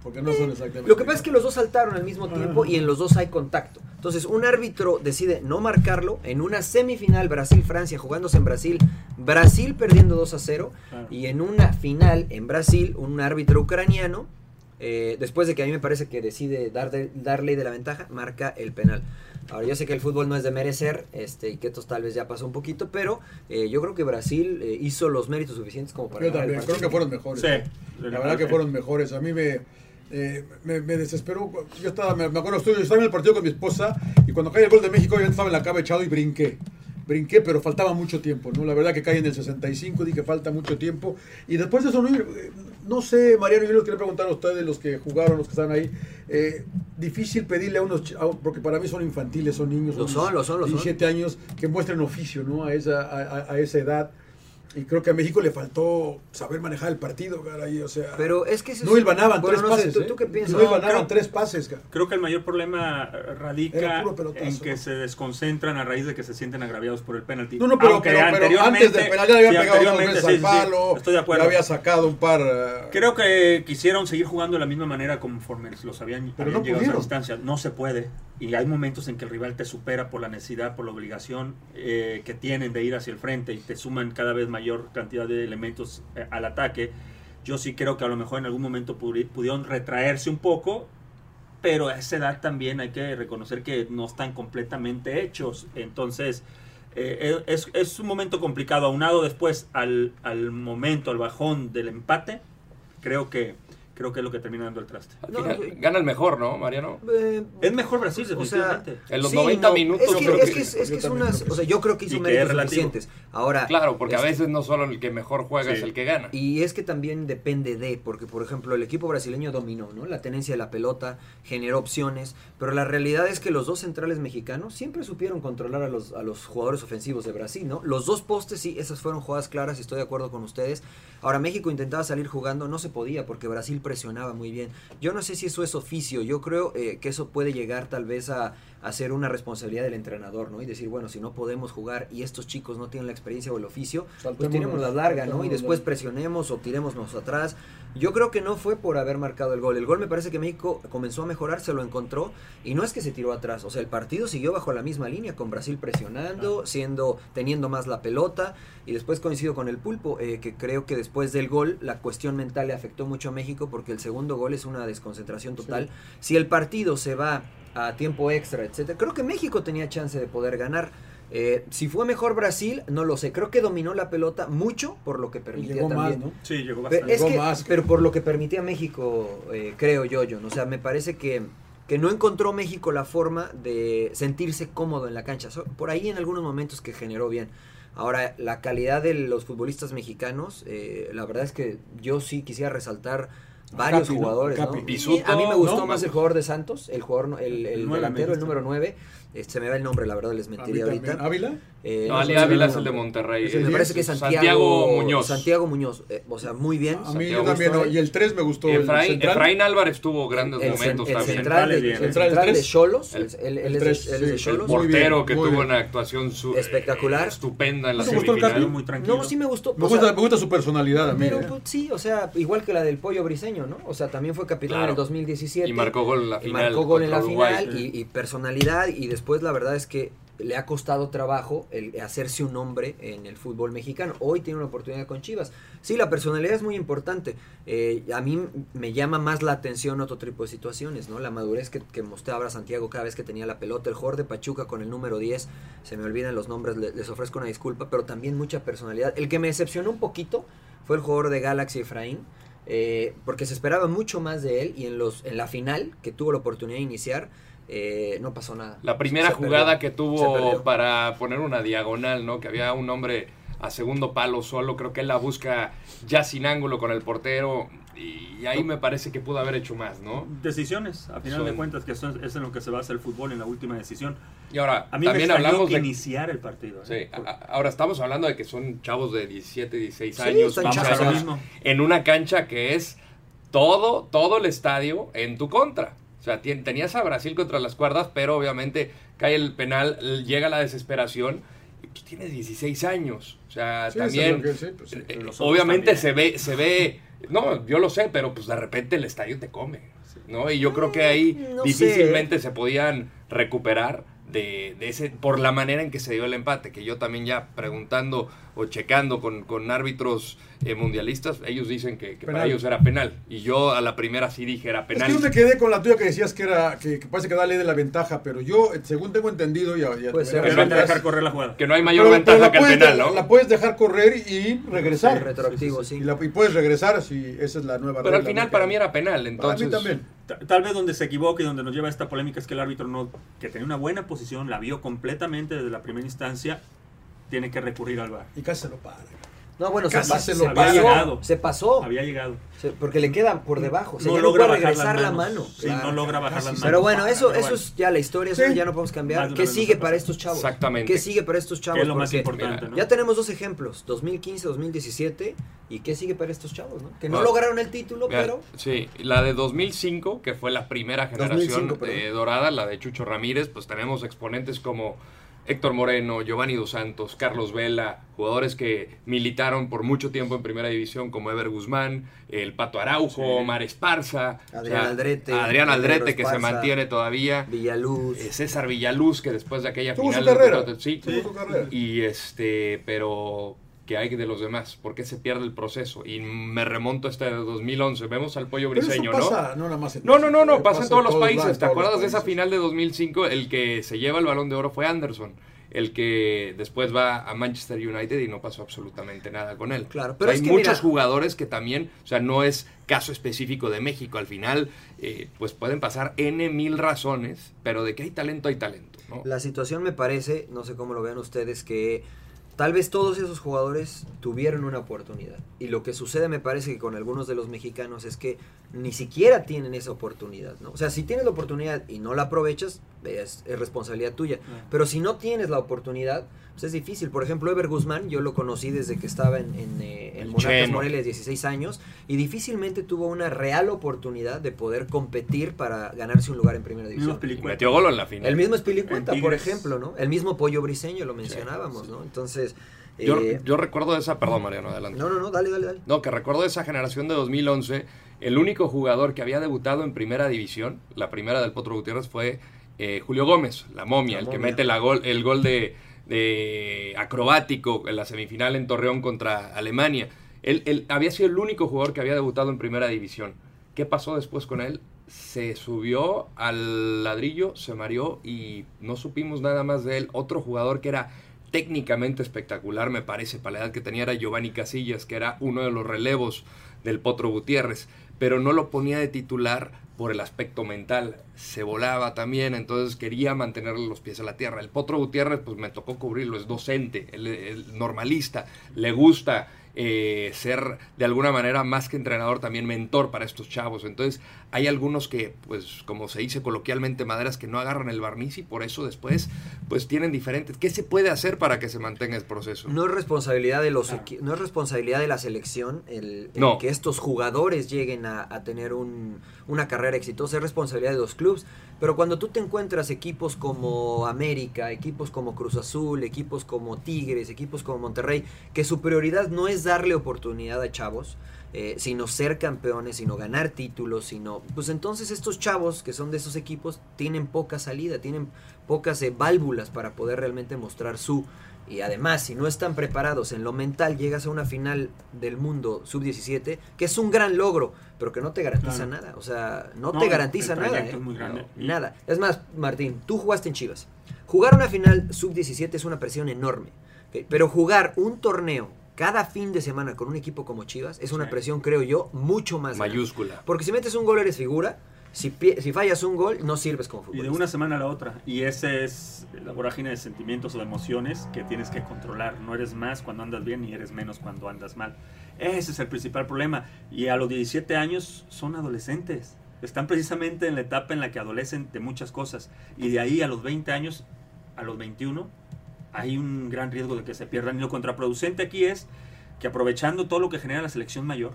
Porque no son exactamente.
Eh,
Ah.
lo que pasa es que los dos saltaron al mismo tiempo y en los dos hay contacto. Entonces, un árbitro decide no marcarlo en una semifinal Brasil-Francia jugándose en Brasil, Brasil perdiendo 2 a 0 y en una final en Brasil, un árbitro ucraniano eh, después de que a mí me parece que decide dar de- darle de la ventaja, marca el penal. Ahora, yo sé que el fútbol no es de merecer, este, y que esto tal vez ya pasó un poquito, pero eh, yo creo que Brasil eh, hizo los méritos suficientes como para
Yo
ganar el
también,
partido.
creo que fueron mejores.
Sí.
La verdad que fueron mejores. A mí me, eh, me, me desesperó. Yo estaba, me, me acuerdo, estoy- yo estaba en el partido con mi esposa y cuando cae el gol de México, yo estaba en la cama echado y brinqué. Brinqué, pero faltaba mucho tiempo, ¿no? La verdad que cae en el 65, dije falta mucho tiempo. Y después de eso, no, eh, no sé, Mariano, yo les quería preguntar a ustedes, los que jugaron, los que están ahí, eh, difícil pedirle a unos, ch- a- porque para mí son infantiles, son niños,
Lo son, lo son, lo son.
17 años, que muestren oficio, ¿no? A esa, a- a- a esa edad. Y creo que a México le faltó saber manejar el partido, caray. O sea,
Pero es que eso
no
es-
hilvanaban
bueno,
tres
no sé,
pases.
¿tú-
¿eh?
tú qué piensas?
No
No,
hilvanaban
creo-
tres pases, cara.
Creo que el mayor problema radica
Era puro pelotazo.
en que se desconcentran a raíz de que se sienten agraviados por el penalti.
No, no, pero,
Aunque
pero- pero
anteriormente-
antes del penal ya le había
sí,
pegado dos
anteriormente,
veces
sí,
al
sí,
palo.
sí, estoy de acuerdo.
Le había sacado un par. eh,
Creo que quisieron seguir jugando de la misma manera conforme los habían,
Pero
habían llegado
no
a esa
pudieron.
distancia. No se puede. Y hay momentos en que el rival te supera por la necesidad, por la obligación eh, que tienen de ir hacia el frente y te suman cada vez mayor cantidad de elementos eh, al ataque. Yo sí creo que a lo mejor en algún momento pudi- pudieron retraerse un poco, pero a esa edad también hay que reconocer que no están completamente hechos. Entonces, eh, es, es un momento complicado, aunado después al, al momento, al bajón del empate, creo que creo que es lo que termina dando el traste.
Al final, gana el mejor, ¿no, Mariano?
Eh,
Es mejor Brasil,
O sea,
definitivamente.
En los 90 minutos,
Es que,
creo
es
que-
que, es, es
yo
que es
también
unas.
creo que
o sea,
sí.
yo creo que hizo
Y que es
méritos
relativo.
suficientes. Ahora.
Claro, porque a
este,
veces no solo el que mejor juega es
Sí.
el que gana.
Y es que también depende de, porque por ejemplo el equipo brasileño dominó, ¿no? La tenencia de la pelota, generó opciones, pero la realidad es que los dos centrales mexicanos siempre supieron controlar a los, a los jugadores ofensivos de Brasil, ¿no? Los dos postes sí, esas fueron jugadas claras, estoy de acuerdo con ustedes. Ahora México intentaba salir jugando, no se podía porque Brasil presionaba muy bien. Yo no sé si eso es oficio, yo creo eh, que eso puede llegar tal vez a, a ser una responsabilidad del entrenador, ¿no? Y decir, bueno, si no podemos jugar y estos chicos no tienen la experiencia o el oficio, pues
Saltémonos,
tenemos la larga, ¿no? Y
saltémonos
después
la-
presionemos o tirémonos atrás. Yo creo que no fue por haber marcado el gol. El gol me parece que México comenzó a mejorar, se lo encontró y no es que se tiró atrás. O sea, el partido siguió bajo la misma línea, con Brasil presionando, siendo, teniendo más la pelota. Y después coincido con el pulpo, eh, que creo que después del gol la cuestión mental le afectó mucho a México porque el segundo gol es una desconcentración total. Si el partido se va a tiempo extra, etcétera, creo que México tenía chance de poder ganar. Eh, si fue mejor Brasil, no lo sé. Creo que dominó la pelota mucho por lo que permitía
llegó más,
también.
¿no?
Sí, llegó
Pero,
bastante.
es que- pero por lo que permitía México, eh, creo yo, John. O sea, me parece que, que no encontró México la forma de sentirse cómodo en la cancha. So- por ahí en algunos momentos que generó bien. Ahora, la calidad de los futbolistas mexicanos, eh, la verdad es que yo sí quisiera resaltar varios
Capi, ¿no?
jugadores. ¿no?
Capi.
A mí-
Pisuto,
a mí me gustó
¿no?
más el jugador de Santos, el jugador, no- el, el
El nueve,
delantero,
me
el número 9. se me va el nombre, la verdad, les mentiría
también.
ahorita.
¿Ávila?
Eh,
No,
no,
Ali
no, no,
Ávila
no,
es el de
no.
Monterrey.
Me
Eh,
parece que Santiago,
Santiago Muñoz.
Santiago Muñoz, eh, o sea, muy bien.
A mí yo
Santiago
también,
Muñoz.
¿no? y el 3 me gustó. el
Efraín,
central.
Efraín Álvarez tuvo grandes
el
momentos
cen- el
también.
central de-
bien,
el central
¿eh?
de Xolos,
El-
el- el-
el
él es de-
tres,
él es de
sí,
Xolos.
El
Muy bien,
portero que
muy
tuvo
bien.
una actuación su-
Espectacular.
eh, estupenda en la
¿No te gustó el
semifinal.
cambio? Muy
tranquilo. No, sí me gustó.
Me
o sea,
gusta, me gusta su personalidad a mí.
pero
¿eh?
pues, sí, o sea, igual que la del Pollo Briseño, ¿no? O sea, también fue capitán en
Claro.
el 2017.
Y marcó gol en la
Y
final
marcó gol en la
contra Uruguay.
final y, y personalidad. Y después, la verdad es que le ha costado trabajo el hacerse un nombre en el fútbol mexicano. Hoy tiene una oportunidad con Chivas. Sí, la personalidad es muy importante. Eh, a mí me llama más la atención otro tipo de situaciones, ¿no? La madurez que, que mostraba Santiago cada vez que tenía la pelota. El jugador de Pachuca con el número 10, se me olvidan los nombres, le- les ofrezco una disculpa, pero también mucha personalidad. El que me decepcionó un poquito fue el jugador de Galaxy Efraín. eh, porque se esperaba mucho más de él y en los en la final que tuvo la oportunidad de iniciar eh, no pasó nada.
La primera
Se perdió.
jugada que
Se
tuvo
perdió.
para poner una diagonal, ¿no? Que había un hombre a segundo palo solo, creo que él la busca ya sin ángulo con el portero y ahí me parece que pudo haber hecho más, ¿no?
Decisiones, a final de
Son-
cuentas, que eso es, es en lo que se basa el fútbol, en la última decisión.
Y ahora,
a mí
también
me extrañó
hablamos
que
de-
iniciar el partido.
Sí,
¿eh?
a- a- ahora estamos hablando de que son chavos de 17, 16
Sí,
años,
están
más o
chavos.
menos,
Ahora mismo.
en una cancha que es todo, todo el estadio en tu contra. O sea, tien- tenías a Brasil contra las cuerdas, pero obviamente cae el penal, l- llega la desesperación y pues tienes 16 años. O sea,
Sí, eso
también,
es lo que- sí, pues, sí,
eh,
pero los otros
obviamente
también.
se ve, se ve, no, yo lo sé, pero pues de repente el estadio te come. ¿no? Y yo creo que ahí
no sé,
difícilmente se podían recuperar de, de ese por la manera en que se dio el empate, que yo también ya preguntando o o checando con, con árbitros eh, mundialistas, ellos dicen que, que para ellos era penal. Y yo a la primera sí dije era
Es
penal.
que yo me quedé con la tuya que decías que era que, que parece que da ley de la ventaja, pero yo, eh, según tengo entendido, ya, ya
Puede
ya-
ser.
ya-
Que no hay que
ya-
dejar correr la jugada. Que no hay mayor ventaja
la
que el
puedes
penal,
de-
¿no?
La puedes dejar correr y regresar.
Sí, retroactivo,
Y, la- y puedes regresar si esa es la nueva
Pero al
regla,
final
¿no?
para mí era penal,
entonces- también.
Ta- Tal vez donde se equivoca y donde nos lleva esta polémica es que el árbitro no, que tenía una buena posición, la vio completamente desde la primera instancia, tiene que recurrir al VAR.
Y casi se lo para.
No, bueno, se,
Casi
pa-
se
se,
lo
pasó.
había llegado.
Se pasó.
Había llegado.
Se- porque le queda por debajo. O sea,
No
ya no
logra
puede
bajar
regresar
las
la
manos.
mano.
Sí, no logra bajar las manos.
Pero bueno, eso,
Pero
eso
bueno.
es ya la historia, eso
Sí.
ya no podemos
Más
cambiar.
de
¿Qué
una vez
sigue
nos ha
para
pasado.
estos chavos?
Exactamente.
¿Qué sigue para estos chavos?
es lo más
Porque
importante, ¿no?
Ya tenemos dos ejemplos, 2015, 2017. ¿Y qué sigue para estos chavos? no? Que no
Ah.
lograron el título,
Mira,
pero...
Sí, la de 2005, que fue la primera
2005,
generación eh, dorada, la de Chucho Ramírez, pues tenemos exponentes como Héctor Moreno, Giovanni Dos Santos, Carlos Vela, jugadores que militaron por mucho tiempo en primera división, como Ever Guzmán, el Pato
Sí.
Araujo, Omar Esparza,
Adrián
o sea,
Aldrete,
Adrián Aldrete,
Pedro
que se
Esparza,
mantiene todavía,
Villaluz,
Eh, César Villaluz, que después de aquella
Tuvo su
final. del
carrera,
campeonato- sí,
tuvo su carrera.
y este, pero que hay de los demás, ¿por qué se pierde el proceso? Y me remonto hasta 2011, vemos al pollo
Pero eso
briseño,
pasa,
¿no?
no nada más en
no, no, no, no,
México,
pasa en todos los
lados,
países.
en
¿Te
todos los
acuerdas de esa
países.
final de 2005? El que se lleva el balón de oro fue Anderson, el que después va a Manchester United y no pasó absolutamente nada con él.
Claro,
O
pero
sea,
es
hay
que
muchos
mira-
jugadores que también, o sea, no es caso específico de México. Al final, eh, pues pueden pasar N mil razones, pero de que hay talento, hay talento. ¿no?
La situación me parece, no sé cómo lo vean ustedes, que tal vez todos esos jugadores tuvieron una oportunidad. Y lo que sucede me parece que con algunos de los mexicanos es que ni siquiera tienen esa oportunidad, ¿no? O sea, si tienes la oportunidad y no la aprovechas, es, es responsabilidad tuya. Pero si no tienes la oportunidad, pues es difícil. Por ejemplo, Ever Guzmán, yo lo conocí desde que estaba en, en, eh, en
El
Monarcas
Cheno.
Morelia, 16 años, y difícilmente tuvo una real oportunidad de poder competir para ganarse un lugar en primera división.
Y metió gol en la final.
El mismo Espilicueta,
En
por
Tigres.
ejemplo, ¿no? El mismo Pollo Briseño, lo mencionábamos, ¿no? Entonces,
Yo,
eh,
yo recuerdo de esa, perdón Mariano, adelante.
no, no, no, dale, dale, dale.
No, que recuerdo de esa generación de 2011, el único jugador que había debutado en primera división, la primera del Potro Gutiérrez, fue eh, Julio Gómez, la momia,
La
el que
momia.
mete la gol, el gol de, de acrobático en la semifinal en Torreón contra Alemania. Él, él había sido el único jugador que había debutado en primera división. ¿Qué pasó después con él? Se subió al ladrillo, se mareó y no supimos nada más de él. Otro jugador que era técnicamente espectacular, me parece, para la edad que tenía era Giovanni Casillas, que era uno de los relevos del Potro Gutiérrez, pero no lo ponía de titular por el aspecto mental, se volaba también, entonces quería mantenerle los pies a la tierra. El Potro Gutiérrez, pues me tocó cubrirlo, es docente, él es normalista, le gusta eh, ser de alguna manera más que entrenador, también mentor para estos chavos. Entonces, hay algunos que, pues, como se dice coloquialmente, maderas que no agarran el barniz y por eso después, pues, tienen diferentes. ¿Qué se puede hacer para que se mantenga el proceso?
No es responsabilidad de los equi- no es responsabilidad de la selección el, el
No.
que estos jugadores lleguen a, a tener un- una carrera exitosa, es responsabilidad de los clubes. Pero cuando tú te encuentras equipos como América, equipos como Cruz Azul, equipos como Tigres, equipos como Monterrey, que su prioridad no es darle oportunidad a chavos, eh, sino ser campeones, sino ganar títulos, sino... Pues entonces estos chavos que son de esos equipos tienen poca salida, tienen pocas eh, válvulas para poder realmente mostrar su... Y además, si no están preparados en lo mental, llegas a una final del mundo sub-17, que es un gran logro, pero que no te garantiza
Claro.
nada. O sea, no,
No,
te
el-
garantiza
el
nada.
proyecto
¿eh?
es muy grande.
No, nada. Es más, Martín, tú jugaste en Chivas. Jugar una final sub-17 es una presión enorme. ¿ok? Pero jugar un torneo cada fin de semana con un equipo como Chivas es una
Sí.
presión, creo yo, mucho más grande.
Mayúscula.
Porque si metes un gol eres figura, si, pie- si fallas un gol no sirves como
Y
futbolista.
de una semana a la otra. Y esa es la vorágine de sentimientos o de emociones que tienes que controlar. No eres más cuando andas bien y eres menos cuando andas mal. Ese es el principal problema. Y a los 17 años son adolescentes. Están precisamente en la etapa en la que adolecen de muchas cosas. Y de ahí a los 20 años, a los 21, hay un gran riesgo de que se pierdan. Y lo contraproducente aquí es que aprovechando todo lo que genera la selección mayor,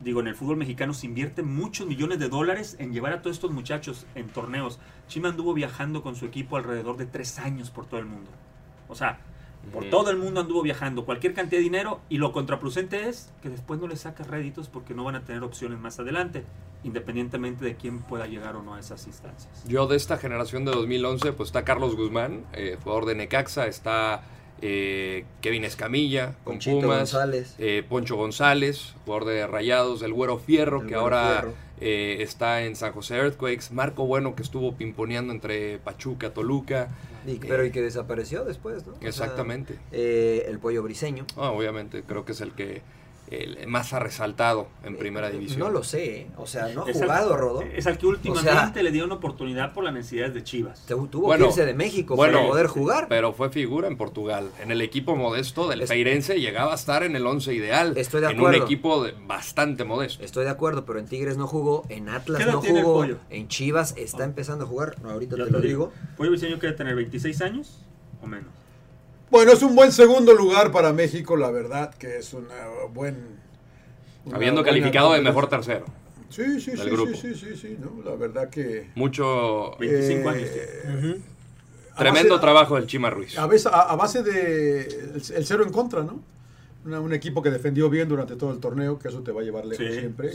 digo, en el fútbol mexicano se invierte muchos millones de dólares en llevar a todos estos muchachos en torneos. Chima anduvo viajando con su equipo alrededor de tres años por todo el mundo. O sea, por
Ujú.
todo el mundo anduvo viajando, cualquier cantidad de dinero, y lo contraproducente es que después no le sacas réditos porque no van a tener opciones más adelante, independientemente de quién pueda llegar o no a esas instancias.
Yo de esta generación de 2011, pues está Carlos Guzmán, eh, jugador de Necaxa, está eh, Kevin Escamilla con Conchito Pumas, González. Eh, Poncho González, jugador de Rayados, el Güero Fierro, el que Güero ahora eh, está en San José Earthquakes, Marco Bueno, que estuvo pimponeando entre Pachuca, Toluca.
Y, pero y que desapareció después, ¿no?
Exactamente.
O sea, el Pollo Briseño.
Ah, obviamente, creo que es el que el más ha resaltado en primera división.
Eh, No lo sé, ¿eh? o sea, no ha jugado,
al,
Rodo.
Es al que últimamente o sea, le dio una oportunidad por las necesidades de Chivas.
Tuvo bueno, que irse de México bueno, para poder jugar.
Pero fue figura en Portugal. En el equipo modesto del Feirense llegaba a estar en el 11 ideal.
Estoy de acuerdo.
En un equipo de, bastante modesto.
Estoy de acuerdo, pero en Tigres no jugó, en Atlas no jugó, en Chivas está ah. empezando a jugar. No, ahorita Yo te, lo digo.
Pollo Briseño quiere tener 26 años o menos.
Bueno, es un buen segundo lugar para México, la verdad que es una buen...
Una Habiendo buena calificado buena... de mejor tercero.
Sí, sí, sí, grupo. sí, sí, sí, sí, no, la verdad que...
Mucho... 25 eh, años. Sí. Uh -huh. Tremendo base, trabajo del Chima Ruiz.
A, veces, a, a base de el, el, cero en contra, ¿no? Una, un equipo que defendió bien durante todo el torneo, que eso te va a llevar lejos sí, siempre.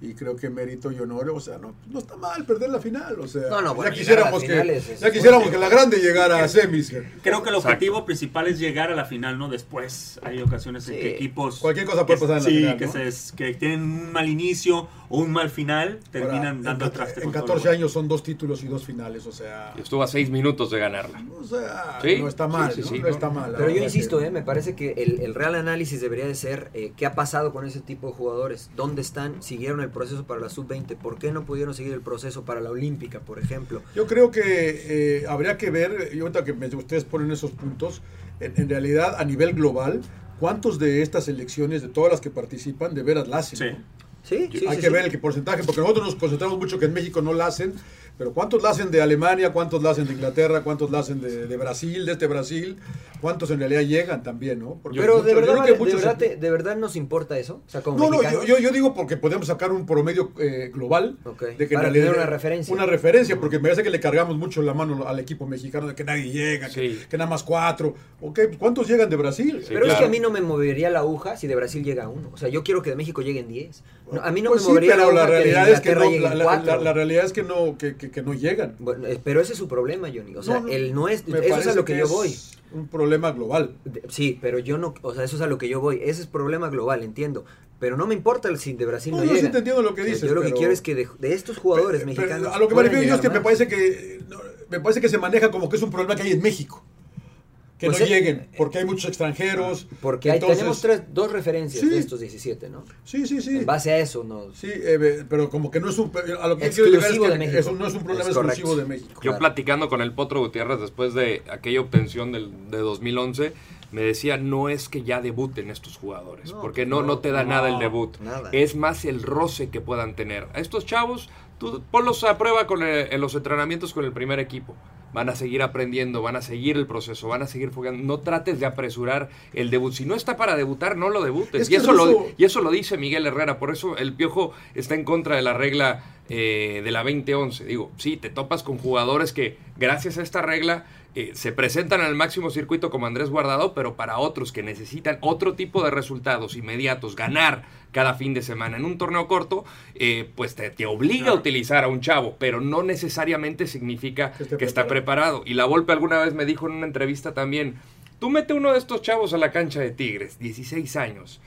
Y, y, creo que mérito y honor, o sea, no, no está mal perder la final, o sea,
no, no,
ya
bueno,
quisiéramos, que, finales, ya quisiéramos que la grande llegara a semis.
Creo que el objetivo Exacto. principal es llegar a la final, no después. Hay ocasiones sí. en que equipos...
Cualquier cosa puede
que,
pasar en la
sí,
final,
que,
¿no?
se, que tienen un mal inicio o un mal final, terminan Ahora, dando atrás.
En, en 14 años son dos títulos y dos finales, o sea...
Estuvo a 6 minutos de ganarla.
O sea, no está mal, no, está mal.
Pero yo insisto, eh, me parece que el, el real análisis debería de ser eh, qué ha pasado con ese tipo de jugadores, dónde están, siguieron el proceso para la sub-20, por qué no pudieron seguir el proceso para la olímpica, por ejemplo.
Yo creo que eh, habría que ver, y ahorita que me, ustedes ponen esos puntos, en, en, realidad a nivel global, cuántos de estas elecciones, de todas las que participan, de veras las hacen.
Sí. Sí, sí,
Hay
sí,
que ver el porcentaje, porque nosotros nos concentramos mucho que en México no la hacen, pero ¿cuántos la hacen de Alemania? ¿Cuántos la hacen de Inglaterra? ¿Cuántos la hacen de, de Brasil, de este Brasil? ¿Cuántos en realidad llegan también, no?
Porque pero mucho, de, verdad, vale, de, verdad se... te, de, verdad, nos importa eso? O sea, como
no, mexicanos. no, yo, yo, digo porque podemos sacar un promedio eh, global
okay.
de
que Para en realidad, una referencia.
Una referencia, porque me parece que le cargamos mucho la mano al equipo mexicano de que nadie llega, que, que, nada más cuatro. Okay, ¿Cuántos llegan de Brasil?
pero claro. es que a mí no me movería la aguja si de Brasil llega uno. O sea, yo quiero que de México lleguen diez. No, a mí no
pues
me movería
sí, pero la, realidad es que no,
la,
la, la, la, realidad es que no que, que, que no llegan.
Bueno, eh, pero ese es su problema, Johnny. O sea, no, el no es eso es a lo que, yo voy.
Un problema global.
Sí, pero yo no, o sea, eso es a lo que yo voy. Ese es problema global, entiendo. Pero no me importa el si de Brasil no, no llega.
Yo sí entiendo lo que dices.
Yo lo que quiero es que de, de estos jugadores pero, mexicanos. Pero
a lo que me refiero yo es que más. me parece que me parece que se maneja como que es un problema que hay en México que pues no es, lleguen, porque hay muchos extranjeros.
eh, ah, Porque hay, entonces, tenemos tres, dos referencias sí, de estos 17, ¿no?
Sí, sí, sí.
En base a eso, ¿no?
Sí, eh, pero como que no es un, a lo que
exclusivo
quiero es
que de México.
Eso no es un problema es exclusivo de México.
Yo claro. platicando con el Potro Gutiérrez después de aquella obtención del, de 2011, me decía, no es que ya debuten estos jugadores, no, porque no, no, no te da no, nada el debut.
Nada.
Es más el roce que puedan tener. A estos chavos, tú ponlos a prueba con el, en los entrenamientos con el primer equipo van a seguir aprendiendo, van a seguir el proceso, van a seguir jugando. No trates de apresurar el debut. Si no está para debutar, no lo debutes. Es que y, eso Ruso... lo, y eso lo dice Miguel Herrera. Por eso el Piojo está en contra de la regla eh, de la 2011. Digo, sí, te topas con jugadores que gracias a esta regla eh, se presentan al máximo circuito como Andrés Guardado, pero para otros que necesitan otro tipo de resultados inmediatos, ganar cada fin de semana en un torneo corto, eh, pues te, te obliga claro. a utilizar a un chavo, pero no necesariamente significa que, que está preparado. Y la Volpe alguna vez me dijo en una entrevista también, tú mete uno de estos chavos a la cancha de Tigres, 16 años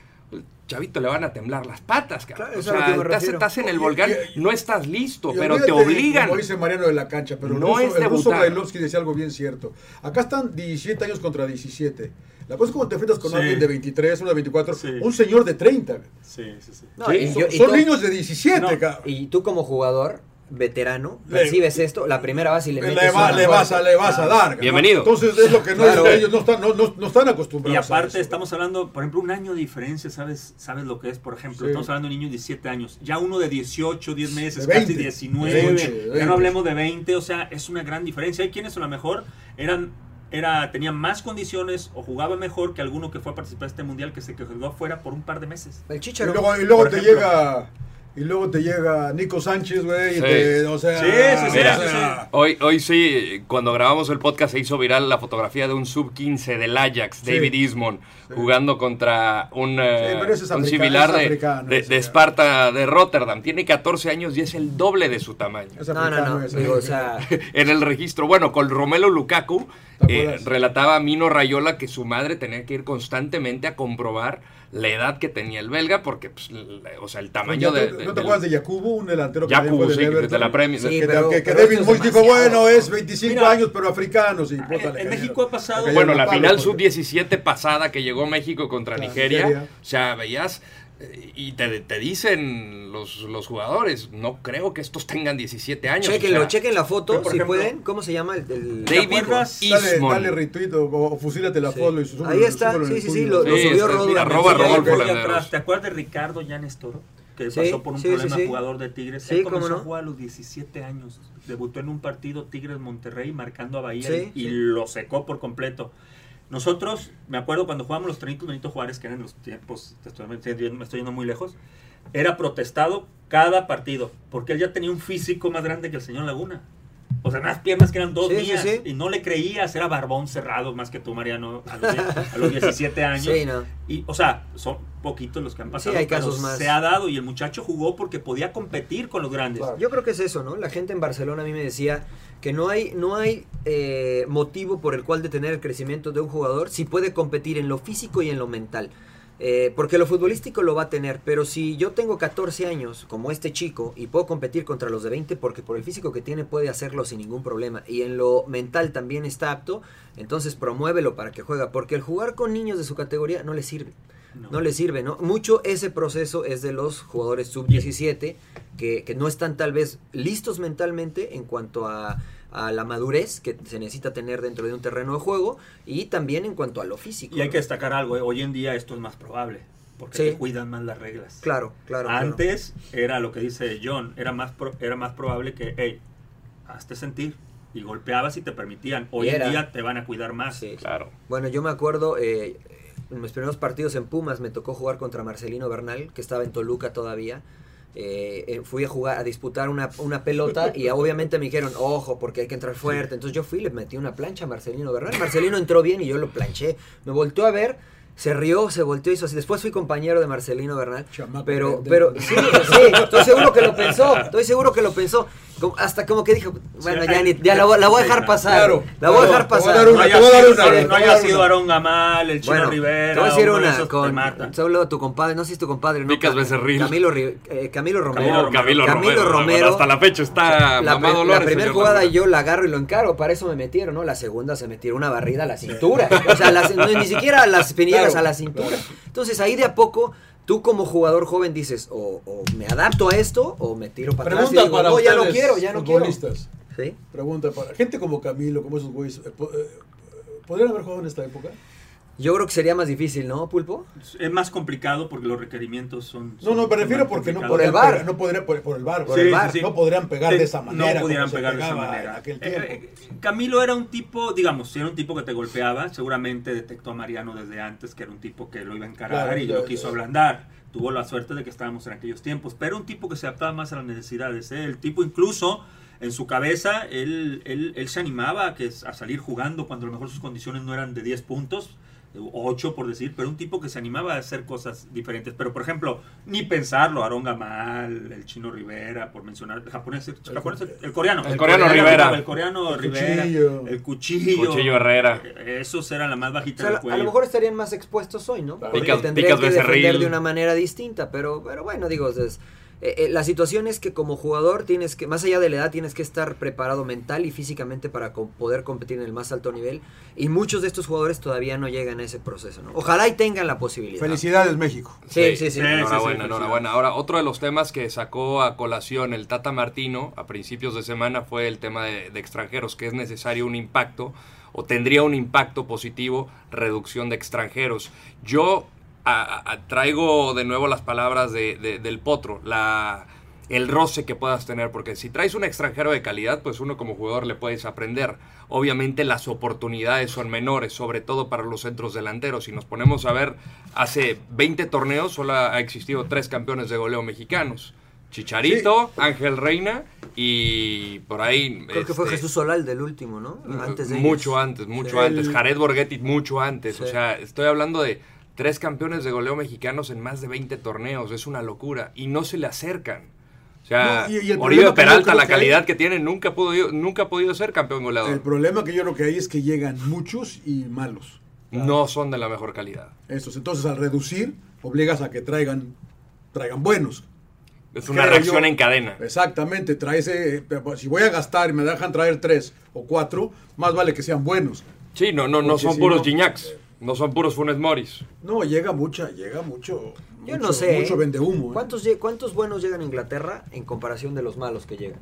chavito le van a temblar las patas, cabrón. Claro, o sea, estás, estás, en el volcán, no estás listo, pero te obligan.
Como dice Mariano de la cancha, pero
no
el
ruso, es el ruso
Bailovsky decía algo bien cierto. Acá están 17 años contra 17. La cosa es cuando te enfrentas con sí. alguien de 23, uno de 24, sí. un señor de 30.
Sí, sí, sí.
No, sí. Yo, son, tú, niños de 17, no, cabrón.
Y tú como jugador, veterano, le, recibes esto, la primera base y le,
le
metes
va, le, vas a, le vas a dar.
Bienvenido.
Entonces es lo que no claro. es, ellos no están, no, no, no están acostumbrados.
Y aparte a estamos hablando, por ejemplo, un año de diferencia, ¿sabes, sabes lo que es? Por ejemplo, sí. estamos hablando de un niño de 17 años, ya uno de 18, 10 meses, de 20, casi 19, 20, 20. ya no hablemos de 20, o sea, es una gran diferencia. Hay quienes a lo mejor eran era, tenía más condiciones o jugaba mejor que alguno que fue a participar a este mundial que se quedó afuera por un par de meses.
El Chicharo.
Y luego, y luego te ejemplo, llega Y luego te llega Nico Sánchez, güey.
Sí.
y te- O sea,
Sí, sí, sí,
o
mira,
sea,
Hoy, hoy sí, cuando grabamos el podcast se hizo viral la fotografía de un sub-15 del Ajax,
Sí.
David Ismond, jugando contra un, eh,
Sí, pero ese es
un
africano,
similar
ese es
de,
africano,
de- de Esparta de Rotterdam. Tiene 14 años y es el doble de su tamaño.
Es africano, No, no, no, ese. digo, o sea-
en el registro, bueno, con Romelo Lukaku, eh, relataba Mino Rayola que su madre tenía que ir constantemente a comprobar la edad que tenía el belga, porque, pues, la- o sea, el tamaño
¿No te-
de- de-
¿No
del-
te acuerdas de Yacubo, un delantero que
Yakubu,
también fue
sí,
del
que
Everton?
de la Premier.
Que-
Sí,
que,
pero-
que
pero
David
eso es
Moyes dijo,
demasiado.
bueno, es 25 años, pero africanos. Y bótale,
En México ha pasado.
Bueno, la
Pablo,
final
porque-
sub-17 pasada que llegó México contra
Contra
Nigeria,
Nigeria.
o sea, veías eh, y te, te dicen los, los jugadores, no creo que estos tengan 17 años. o
Chequenlo,
sea,
chequen la foto,
pero,
si
por ejemplo,
pueden. ¿Cómo se llama el del
David
Dale,
Ismond.
dale retweet o, o fusílate la follow y su-
Ahí está,
súbelo en
sí,
el
sí, sí,
tuyo.
lo- lo Sí, subió
Rodo. arroba
Sí, ya
Rodolfo
lo que hay
Landeros.
atrás. ¿Te acuerdas de Ricardo Llanes Toro? Que
Sí,
pasó por un
sí, sí,
problema
sí.
jugador de Tigres.
Sí,
Él
cómo
comenzó
no.
a jugar a los 17 años. Debutó en un partido Tigres-Monterrey marcando a Bahía
Sí,
y
sí.
lo secó por completo. Nosotros, me acuerdo cuando jugábamos los trenitos Benito Juárez, que eran los tiempos, te estoy- me estoy yendo- me estoy yendo muy lejos, era protestado cada partido, porque él ya tenía un físico más grande que el señor Laguna. O sea, unas piernas que eran dos
Sí, sí,
días
sí.
y no le creías, era barbón cerrado más que tú, Mariano, a los, die- a los 17 años.
Sí, no.
Y, o sea, son poquitos los que han pasado.
hay
pero
casos más.
Se ha dado y el muchacho jugó porque podía competir con los grandes.
Yo creo que es eso, ¿no? La gente en Barcelona a mí me decía que no hay, no hay eh, motivo por el cual detener el crecimiento de un jugador si puede competir en lo físico y en lo mental. Eh, porque lo futbolístico lo va a tener, pero si yo tengo 14 años como este chico y puedo competir contra los de 20 porque por el físico que tiene puede hacerlo sin ningún problema y en lo mental también está apto, entonces promuévelo para que juega, porque el jugar con niños de su categoría no le sirve. No, le sirve, ¿no? Mucho ese proceso es de los jugadores sub-17 que, que no están tal vez listos mentalmente en cuanto a, a la madurez que se necesita tener dentro de un terreno de juego y también en cuanto a lo físico.
Y hay
¿no?
que destacar algo, ¿eh? hoy en día esto es más probable, porque
Sí.
se cuidan más las reglas.
Claro, claro, claro.
Antes era lo que dice John, era más, pro- era más probable que, hey, hazte sentir. Y golpeabas y te permitían. Hoy
Y era.
en día te van a cuidar más.
claro.
Bueno, yo me acuerdo, eh, en mis primeros partidos en Pumas me tocó jugar contra Marcelino Bernal, que estaba en Toluca todavía. Eh, eh, fui a jugar, a disputar una, una pelota y obviamente me dijeron, ojo, porque hay que entrar fuerte. Entonces yo fui y le metí una plancha a Marcelino Bernal. Marcelino entró bien y yo lo planché. Me volteó a ver. Se rió, se volteó y hizo así. Después fui compañero de Marcelino Bernal. pero, pero, sí, sí, estoy seguro que lo pensó. Estoy seguro que lo pensó. Como- hasta como que dijo, bueno, ya, ni- ya la, voy- la voy a dejar pasar.
Claro,
la voy a dejar
claro, te voy a
pasar.
dar una,
No haya
te voy a dar
sido-
una,
sí, te
no
voy a
haya
dar
sido
una.
Aarón Gamal, el Chino Rivera,
Te voy a decir
uno de
una
esos te
con
mata.
solo tu compadre, no sé si tu compadre, no.
Picas
Ca-
Becerril.
Camilo, Ri- eh, Camilo Romero.
Camilo, Camilo Romero,
Romero.
hasta la fecha está
La,
mamá
pri-
Dolores,
la primera
señor
jugada
Romero.
yo la agarro y lo encaro, para eso me metieron, ¿no? La segunda se metieron una barrida a la cintura. O sea, las- no, ni siquiera a las pinillas
Claro,
a la cintura. Entonces ahí de a poco, tú como jugador joven dices, o, o me adapto a esto, o me tiro para
Pregunta
atrás y digo,
para
no, ya no
ustedes,
quiero, ya no quiero.
futbolistas.
Sí.
Pregunta para gente como Camilo, como esos güeyes, eh, po- eh, ¿podrían haber jugado en esta época?
Yo creo que sería más difícil, ¿no, Pulpo?
Es más complicado porque los requerimientos son.
No, no, me
son
refiero
más
porque no
complicados.
podrían pegar- no podrían por, por el bar, por
Sí,
el
sí,
bar,
sí.
no podrían pegar de
Te-
esa manera.
No
como
podrían
se
pegar de esa
pegaba en
manera.
aquel
Eh,
tiempo.
eh, Camilo era un tipo, digamos, si era un tipo que te golpeaba, seguramente detectó a Mariano desde antes que era un tipo que lo iba a encarar
Claro,
y
ya,
lo
ya.
quiso ablandar. Tuvo la suerte de que estábamos en aquellos tiempos, pero un tipo que se adaptaba más a las necesidades. ¿eh? El tipo incluso en su cabeza, él, él, él se animaba a, que, a salir jugando cuando a lo mejor sus condiciones no eran de 10 puntos, 8 por decir, pero un tipo que se animaba a hacer cosas diferentes. Pero, por ejemplo, ni pensarlo, Aaron Gamal, el chino Rivera, por mencionar, el japonés, el, japonés, el- el coreano.
El coreano Rivera.
El coreano
El
Rivera.
cuchillo.
El cuchillo.
Cuchillo Herrera.
Esos eran la más
O
bajita
sea,
del
a
cuello.
lo mejor estarían más expuestos hoy, ¿no? Porque
Picas-
tendrían
picas
que defender
Becerril.
de una manera distinta, pero, pero bueno, digo, es- eh, eh, la situación es que como jugador tienes que, más allá de la edad, tienes que estar preparado mental y físicamente para co- poder competir en el más alto nivel, y muchos de estos jugadores todavía no llegan a ese proceso, ¿no? Ojalá y tengan la
eh,
posibilidad.
Felicidades, México.
Sí, sí, sí.
Enhorabuena, enhorabuena. Ahora, otro de los temas que sacó a colación el Tata Martino a principios de semana fue el tema de, de extranjeros, que es necesario un impacto o tendría un impacto positivo reducción de extranjeros. Yo a- a- a- traigo de nuevo las palabras de- de- del potro, la, el roce que puedas tener, porque si traes un extranjero de calidad, pues uno como jugador le puedes aprender. Obviamente las oportunidades son menores, sobre todo para los centros delanteros. Si nos ponemos a ver, hace 20 torneos solo ha ha existido tres campeones de goleo mexicanos. Chicharito, sí. Ángel Reina y por ahí.
Creo este, que fue Jesús Solal del último, ¿no? Antes de
mucho ellos. antes, mucho sí. antes. Jared Borghetti mucho antes. Sí. O sea, estoy hablando de tres campeones de goleo mexicanos en más de 20 torneos. Es una locura. Y no se le acercan. O sea, no, y, y Oribe Peralta, la calidad que, hay, que, tiene, nunca, pudo, nunca ha podido ser campeón goleador.
El problema que yo creo que hay es que llegan muchos y malos.
Claro. No son de la mejor calidad.
Eso, entonces al reducir, obligas a que traigan, traigan buenos.
Es una Creo reacción yo, Eh, en cadena.
Exactamente, traes, eh, si voy a gastar y me dejan traer tres o cuatro, más vale que sean buenos.
Sí, no, no, no Muchísimo. son puros Gignacs, no son puros Funes Moris.
No, llega mucha, llega mucho.
Yo mucho, no sé.
Mucho vende humo.
¿Cuántos,
eh?
¿Cuántos buenos llegan a Inglaterra en comparación de los malos que llegan?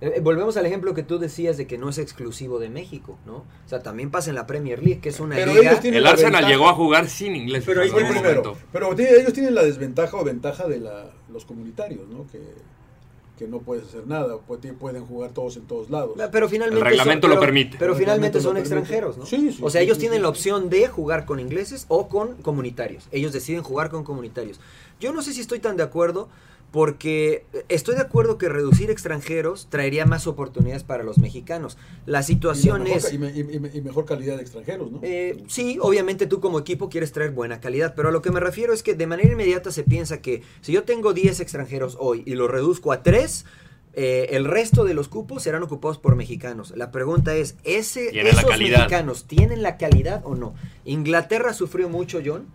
Eh, volvemos al ejemplo que tú decías de que no es exclusivo de México, ¿no? O sea, también pasa en la Premier League, que es una pero liga.
El Arsenal ventaja, llegó a jugar sin inglés.
Pero, ellos, primero, pero ellos tienen la desventaja o ventaja de la, los comunitarios, ¿no? Que, que, no puedes hacer nada, pueden jugar todos en todos lados.
Pero finalmente
el reglamento
son,
lo
pero,
permite.
Pero finalmente son extranjeros, ¿no?
Sí, sí,
o sea,
sí,
ellos tienen la opción de jugar con ingleses o con comunitarios. Ellos deciden jugar con comunitarios. Yo no sé si estoy tan de acuerdo porque estoy de acuerdo que reducir extranjeros traería más oportunidades para los mexicanos. La situación
y la mejor,
es...
Y, me, y, y, mejor calidad de extranjeros, ¿no?
Eh, sí, obviamente tú como equipo quieres traer buena calidad, pero a lo que me refiero es que de manera inmediata se piensa que si yo tengo 10 extranjeros hoy y lo reduzco a 3, eh, el resto de los cupos serán ocupados por mexicanos. La pregunta es, ¿ese, ¿esos mexicanos tienen la calidad o no? Inglaterra sufrió mucho, John,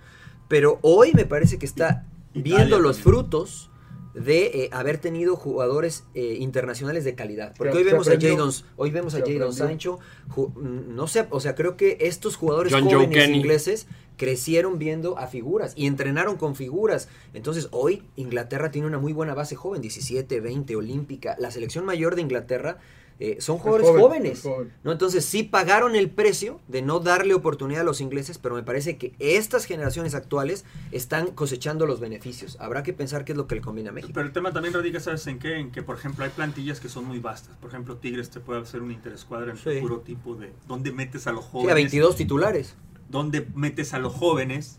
pero hoy me parece que está Italia viendo los también. frutos de eh, haber tenido jugadores eh, internacionales de calidad. Porque se hoy vemos, aprendió, a Jadon, hoy vemos a Jadon Sancho, ju, no sé, o sea, creo que estos jugadores John jóvenes ingleses crecieron viendo a figuras y entrenaron con figuras. Entonces, hoy Inglaterra tiene una muy buena base joven, 17, 20, olímpica. La selección mayor de Inglaterra eh, son jugadores joven, jóvenes. Joven. ¿no? Entonces sí pagaron el precio de no darle oportunidad a los ingleses, pero me parece que estas generaciones actuales están cosechando los beneficios. Habrá que pensar qué es lo que le conviene a México.
Pero el tema también radica, ¿sabes en qué? En que, por ejemplo, hay plantillas que son muy vastas. Por ejemplo, Tigres te puede hacer un interescuadra en sí. puro tipo de... ¿Dónde metes a los jóvenes? Sí,
a 22 titulares.
¿Dónde metes a los jóvenes?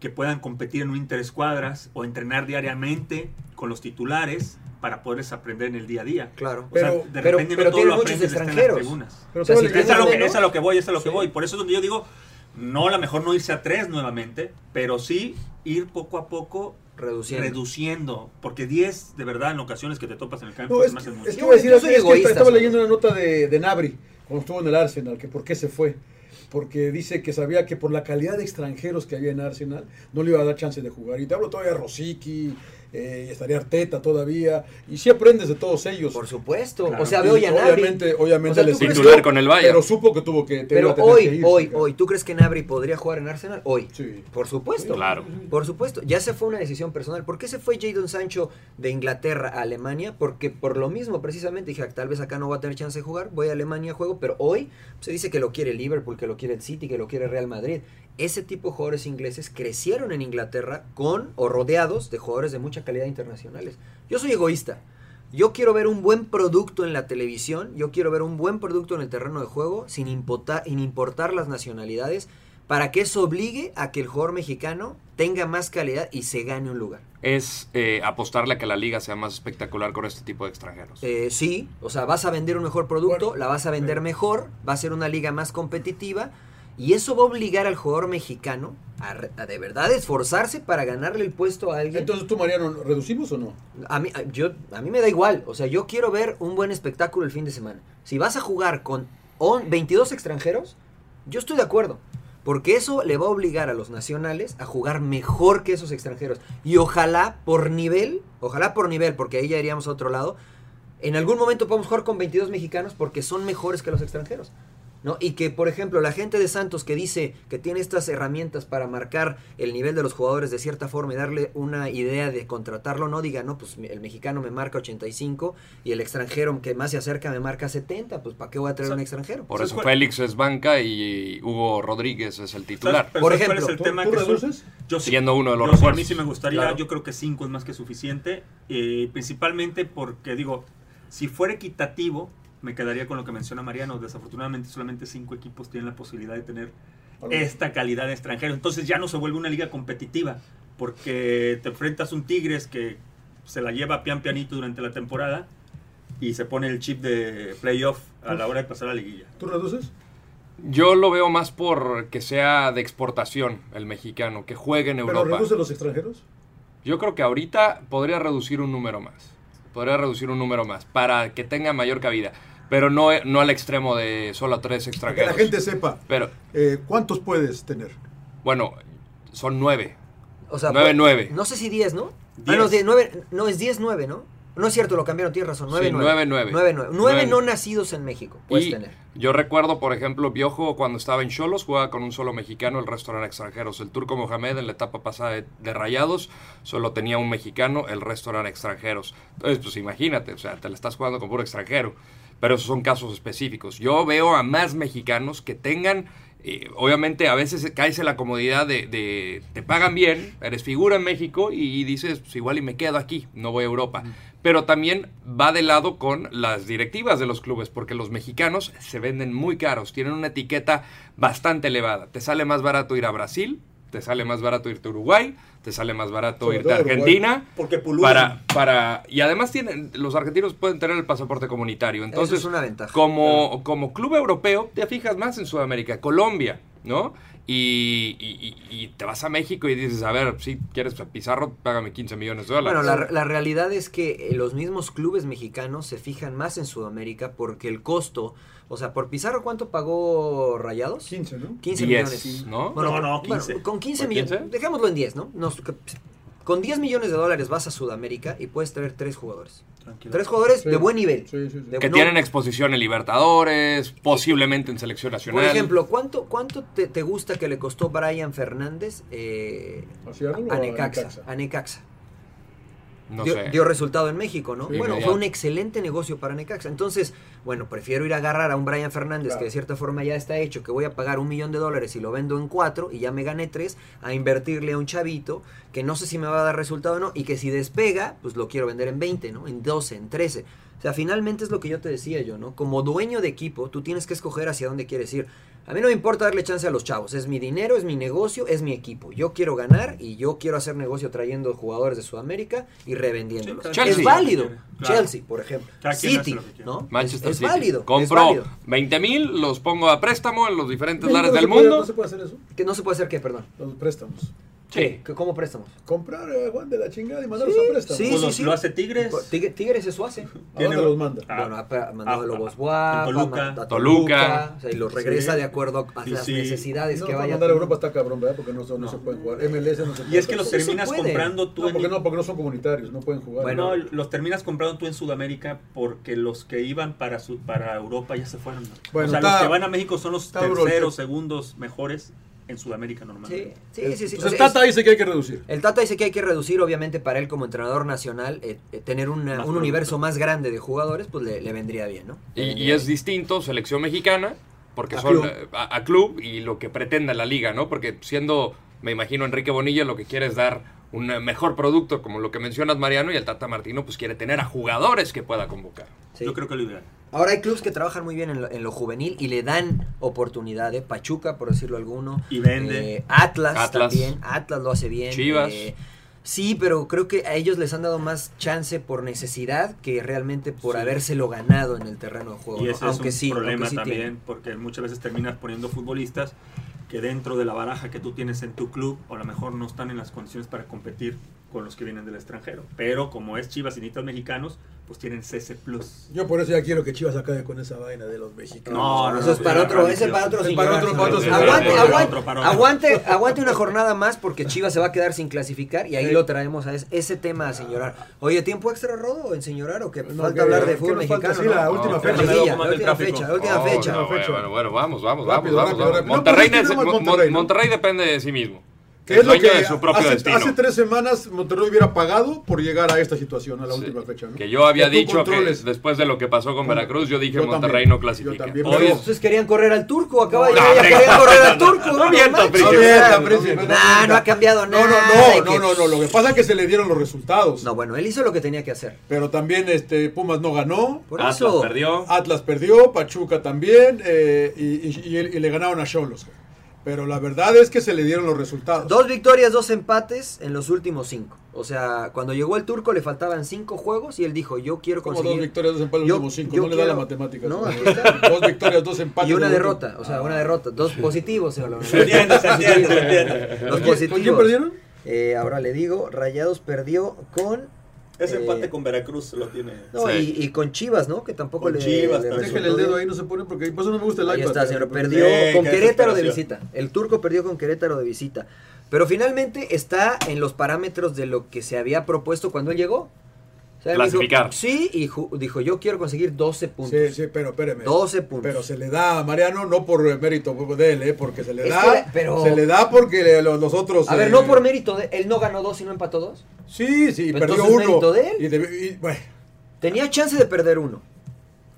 que puedan competir en un interescuadras o entrenar diariamente con los titulares para poderles aprender en el día a día.
Claro.
O pero, sea, de repente
pero, pero
no todo lo
aprendes extranjeros.
En las pero o sea, si es, a lo que, es a lo que voy, es a lo que sí. voy. Por eso es donde yo digo, no, a lo mejor no irse a tres nuevamente, pero sí ir poco a poco
reduciendo.
reduciendo porque 10, de verdad, en ocasiones que te topas en el campo,
no, es, más es, es que voy a decir, eso, egoísta, estaba ¿sabes? leyendo una nota de, de Nabri, cuando estuvo en el Arsenal, que por qué se fue porque dice que sabía que por la calidad de extranjeros que había en Arsenal no le iba a dar chance de jugar. Y te hablo todavía de Rosicky, eh, estaría Arteta todavía, y si sí aprendes de todos ellos.
Por supuesto, claro. o sea, veo ya
Obviamente, obviamente
o sea,
les
titular con el Bayern.
Pero supo que tuvo que
Pero hoy, que ir, hoy, claro. hoy, ¿tú crees que Nabri podría jugar en Arsenal? Hoy.
Sí.
Por supuesto.
Sí, claro.
Por supuesto, ya se fue una decisión personal. ¿Por qué se fue Jadon Sancho de Inglaterra a Alemania? Porque por lo mismo, precisamente, dije, "Ah, tal vez acá no va a tener chance de jugar, voy a Alemania, juego, pero hoy se dice que lo quiere Liverpool, que lo quiere el City, que lo quiere Real Madrid ese tipo de jugadores ingleses crecieron en Inglaterra con o rodeados de jugadores de mucha calidad internacionales. Yo soy egoísta. Yo quiero ver un buen producto en la televisión, yo quiero ver un buen producto en el terreno de juego, sin importar, sin importar las nacionalidades, para que eso obligue a que el jugador mexicano tenga más calidad y se gane un lugar.
Es eh, apostarle a que la liga sea más espectacular con este tipo de extranjeros.
Eh, sí, o sea, vas a vender un mejor producto, bueno, la vas a vender eh. mejor, va a ser una liga más competitiva. Y eso va a obligar al jugador mexicano a, a, de verdad esforzarse para ganarle el puesto a alguien.
Entonces tú, Mariano, ¿reducimos o no?
A mí, a, yo, a mí me da igual. O sea, yo quiero ver un buen espectáculo el fin de semana. Si vas a jugar con on, 22 extranjeros, yo estoy de acuerdo. Porque eso le va a obligar a los nacionales a jugar mejor que esos extranjeros. Y ojalá por nivel, ojalá por nivel, porque ahí ya iríamos a otro lado. En algún momento podemos jugar con 22 mexicanos porque son mejores que los extranjeros. ¿No? Y que, por ejemplo, la gente de Santos que dice que tiene estas herramientas para marcar el nivel de los jugadores de cierta forma y darle una idea de contratarlo, no diga, no, pues el mexicano me marca 85 y el extranjero que más se acerca me marca 70, pues ¿para qué voy a traer o sea, un extranjero?
Por eso Félix es banca y Hugo Rodríguez es el titular.
Por ejemplo, ¿cuál es el tema
¿tú, tú que reduces?
Yo Siguiendo uno de los
yo, A mí sí me gustaría, claro. yo creo que 5 es más que suficiente, eh, principalmente porque digo, si fuera equitativo, me quedaría con lo que menciona Mariano. Desafortunadamente, solamente cinco equipos tienen la posibilidad de tener esta calidad de extranjeros. Entonces ya no se vuelve una liga competitiva. porque te enfrentas a un Tigres que se la lleva pian pianito durante la temporada y se pone el chip de playoff a la hora de pasar a la liguilla.
¿Tú reduces?
Yo lo veo más por que sea de exportación el mexicano, que juegue en Europa.
¿Pero reduce los extranjeros?
Yo creo que ahorita podría reducir un número más. Podría reducir un número más para que tenga mayor cabida. Pero no, no al extremo de solo tres extranjeros.
Que la gente sepa.
Pero,
eh, ¿Cuántos puedes tener?
Bueno, son nueve.
O sea,
9, 9.
No sé si 10, ¿no? Ah, no, 10, 9, no, es 10, 9, ¿no? No es cierto, lo cambiaron, tienes razón. 9,
Sí,
9.
9.
9, 9. 9 no nacidos en México, puedes
Y
tener.
yo recuerdo, por ejemplo, Piojo cuando estaba en Cholos jugaba con un solo mexicano, el resto eran extranjeros. El turco Mohamed en la etapa pasada de, de Rayados solo tenía un mexicano, el resto eran extranjeros. Entonces, pues imagínate, o sea, te la estás jugando con puro extranjero. Pero esos son casos específicos. Yo veo a más mexicanos que tengan, eh, obviamente a veces caes en la comodidad de, de- te pagan bien, eres figura en México y, dices, pues igual y me quedo aquí, no voy a Europa. Pero también va de lado con las directivas de los clubes, porque los mexicanos se venden muy caros, tienen una etiqueta bastante elevada. Te sale más barato ir a Brasil, te sale más barato irte a Uruguay, te sale más barato
Sobre
irte a
todo Uruguay,
Argentina.
porque pululan.
para, para Y además tienen, los argentinos pueden tener el pasaporte comunitario. Entonces,
es una ventaja.
Como, como club europeo, te fijas más en Sudamérica, Colombia, ¿no? Y, y- y- y te vas a México y dices, a ver, si quieres a Pizarro, págame 15 millones de dólares.
Bueno, la, la realidad es que eh, los mismos clubes mexicanos se fijan más en Sudamérica porque el costo, o sea, por Pizarro, ¿cuánto pagó Rayados?
15, ¿no?
15
Diez,
millones.
¿no?
Bueno,
No, no,
bueno,
15.
con 15
¿Con
millones,
15?
dejémoslo en 10, ¿no? Nos- que- con 10 millones de dólares vas a Sudamérica y puedes traer tres jugadores. Tres jugadores
Sí.
de buen nivel. De-
que
no-
tienen exposición en Libertadores, posiblemente en Selección Nacional.
Por ejemplo, ¿cuánto, cuánto te, te gusta que le costó Brian Fernández eh,
Seattle o
a
a
Necaxa?
Necaxa?
A Necaxa.
No
dio,
sé.
dio resultado en México, ¿no?
Sí,
bueno,
inmediato.
fue un excelente negocio para Necaxa. Entonces, bueno, prefiero ir a agarrar a un Brian Fernández
Claro.
que de cierta forma ya está hecho, que voy a pagar un millón de dólares y lo vendo en cuatro y ya me gané tres, a invertirle a un chavito que no sé si me va a dar resultado o no y que si despega, pues lo quiero vender en 20, ¿no? En 12, en 13. O sea, finalmente es lo que yo te decía yo, ¿no? Como dueño de equipo, tú tienes que escoger hacia dónde quieres ir. A mí no me importa darle chance a los chavos. Es mi dinero, es mi negocio, es mi equipo. Yo quiero ganar y yo quiero hacer negocio trayendo jugadores de Sudamérica y revendiéndolos.
Sí, Chelsea.
Es válido.
Claro.
Chelsea, por ejemplo.
Cada quien hace
City,
lo que quiere.
¿no?
Manchester
es, es
City.
válido.
Compro
es válido.
20 mil, los pongo a préstamo en los diferentes
¿No
lares
se
del
puede-
mundo.
¿No se puede hacer eso?
Que no se puede hacer qué, perdón.
Los préstamos.
Sí.
¿Qué- ¿Cómo préstamos?
Comprar a Juan de la chingada y mandarlos a préstamos.
sí, sí, sí.
¿Lo hace Tigres?
Pues, Tigre- Tigres eso hace.
¿A dónde los manda?
Bueno, ha pa- mandado
ah,
a Lobos Guap,
a Toluca.
a
Toluca.
o sea, y los regresa
Sí.
de acuerdo a
Sí,
las
sí.
necesidades
No,
que
para
vaya
mandar a Europa está cabrón, ¿verdad? Porque no, son- no se pueden jugar. MLS no se puede.
es que los
tampoco.
terminas Sí se puede. comprando tú
No,
en-
porque no, porque no son comunitarios, no pueden jugar.
Bueno, los terminas comprando tú en Sudamérica porque los que iban para su- para Europa ya se fueron.
Bueno,
o sea,
está-
los que van a México son los
está duro el
terceros, segundos mejores en Sudamérica normalmente.
Sí, sí, sí.
Entonces, el Tata dice que hay que reducir.
El Tata dice que hay que reducir, obviamente, para él como entrenador nacional, eh, eh, tener una- un
producto.
universo más grande de jugadores, pues le, le vendría bien, ¿no?
Y, y es distinto selección mexicana, porque
A
son
club.
eh, A, a club y lo que pretenda la liga, ¿no? Porque siendo, me imagino, Enrique Bonilla lo que quiere es dar un eh, mejor producto, como lo que mencionas, Mariano, y el Tata Martino, pues quiere tener a jugadores que pueda convocar.
Yo
creo que lo ideal.
Ahora hay clubes que trabajan muy bien en lo, en lo juvenil y le dan oportunidades. Pachuca, por decirlo alguno. Eh,
Y vende.
Atlas,
Atlas.
también. Atlas lo hace bien.
Chivas.
eh, sí, pero creo que a ellos les han dado más chance por necesidad que realmente por
Sí.
habérselo ganado en el terreno de juego.
Y
¿no?
ese
aunque
es un
sí,
problema
aunque sí
también,
tienen.
porque muchas veces terminas poniendo futbolistas que dentro de la baraja que tú tienes en tu club, a lo mejor no están en las condiciones para competir con los que vienen del extranjero. Pero como es Chivas y Nitas mexicanos, pues tienen CC Plus.
Yo por eso ya quiero que Chivas acabe con esa vaina de los mexicanos. Ah,
No, no, Eso es no, para no, otro- no, ese no, para otro
Es
señor.
para otro, para otro
Sí,
señor.
aguante,
Para otro,
aguante.
para otro.
Parón.
Aguante, aguante una jornada más porque Chivas se va a quedar sin clasificar y ahí lo traemos a es- ese tema a señorar. Oye, ¿tiempo extra rodo en señorar o que falta
que-
hablar de
¿qué
fútbol
nos falta?
mexicano?
Sí, la
no?
última
No,
fecha.
liguilla,
Luego,
La
¿cómo anda el
última
tráfico?
fecha, la última
Oh,
fecha.
no, bueno, bueno, bueno, vamos, vamos,
Rápido,
vamos,
rápido,
vamos.
rápido. No,
Monterrey,
pero es que no
nece-
más
Mon-
Monterrey, ¿no?
Monterrey depende de sí mismo.
Que
Es
es lo
dueño
que
de su propio
hace,
destino.
hace tres semanas Monterrey hubiera pagado por llegar a esta situación, a la última fecha. ¿no?
Que yo había
tú
dicho que
controles.
después de lo que pasó con Veracruz, yo dije
Yo
Monterrey
también,
no clasifica.
también,
Hoy
Pero
es-
ustedes querían correr al turco, acaba de
No,
llegar, ya
hombre.
querían correr al turco.
No mientas,
manches.
príncipe.
No mientas, príncipe, no
Nah, no
mientas.
ha cambiado
No, no,
nada.
no,
de
no, no, no, Lo que pasa es que se le dieron los resultados.
No, bueno, él hizo lo que tenía que hacer.
Pero también este Pumas no ganó.
Por
Ah,
Atlas eso.
perdió.
Atlas perdió, Pachuca también. eh, y, y- y- y le ganaron a Cholos.
Pero la verdad es que se le dieron los resultados.
Dos victorias, dos empates en los últimos cinco. O sea, cuando llegó el turco le faltaban cinco juegos y él dijo, yo quiero
¿Cómo
conseguir...
dos victorias, dos empates en
Yo-
los últimos cinco?
yo
No le da
quiero-
la matemática.
No,
señor.
aquí está.
Dos victorias, dos empates.
Y una
en los Ah.
derrota, o sea, una derrota. Dos positivos, señor Laguna.
Se entiende, se
Dos
entiende,
positivos.
se
Los
entiende. ¿Con quién- con
positivos.
quién perdieron?
Eh, ahora le digo, Rayados perdió con...
Ese
eh,
empate con Veracruz lo tiene.
No, y, y con Chivas, ¿no? Que tampoco
Con
le.
Chivas
le
también.
resultó
Déjale el dedo
bien.
ahí, no se pone, porque por eso no me gusta el
Ahí
iPad.
está, señor.
Porque-
Perdió
Sí, qué
con Querétaro de visita.
desesperación.
El turco perdió con Querétaro de visita. Pero finalmente está en los parámetros de lo que se había propuesto cuando él llegó. O sea, él dijo,
Clasificar.
sí, y ju- dijo, yo quiero conseguir 12 puntos.
Sí, sí, pero espéreme.
12 puntos.
Pero se le da a Mariano no por eh, mérito de él, eh, porque se le
Es
da.
que la- pero-
Se le da porque le- lo- los otros.
A ver,
eh,
no por mérito de él no ganó dos y no empató dos.
Sí, sí,
Pero
perdió
entonces,
uno.
mérito de él.
Y de- y, bueno,
Tenía chance de perder uno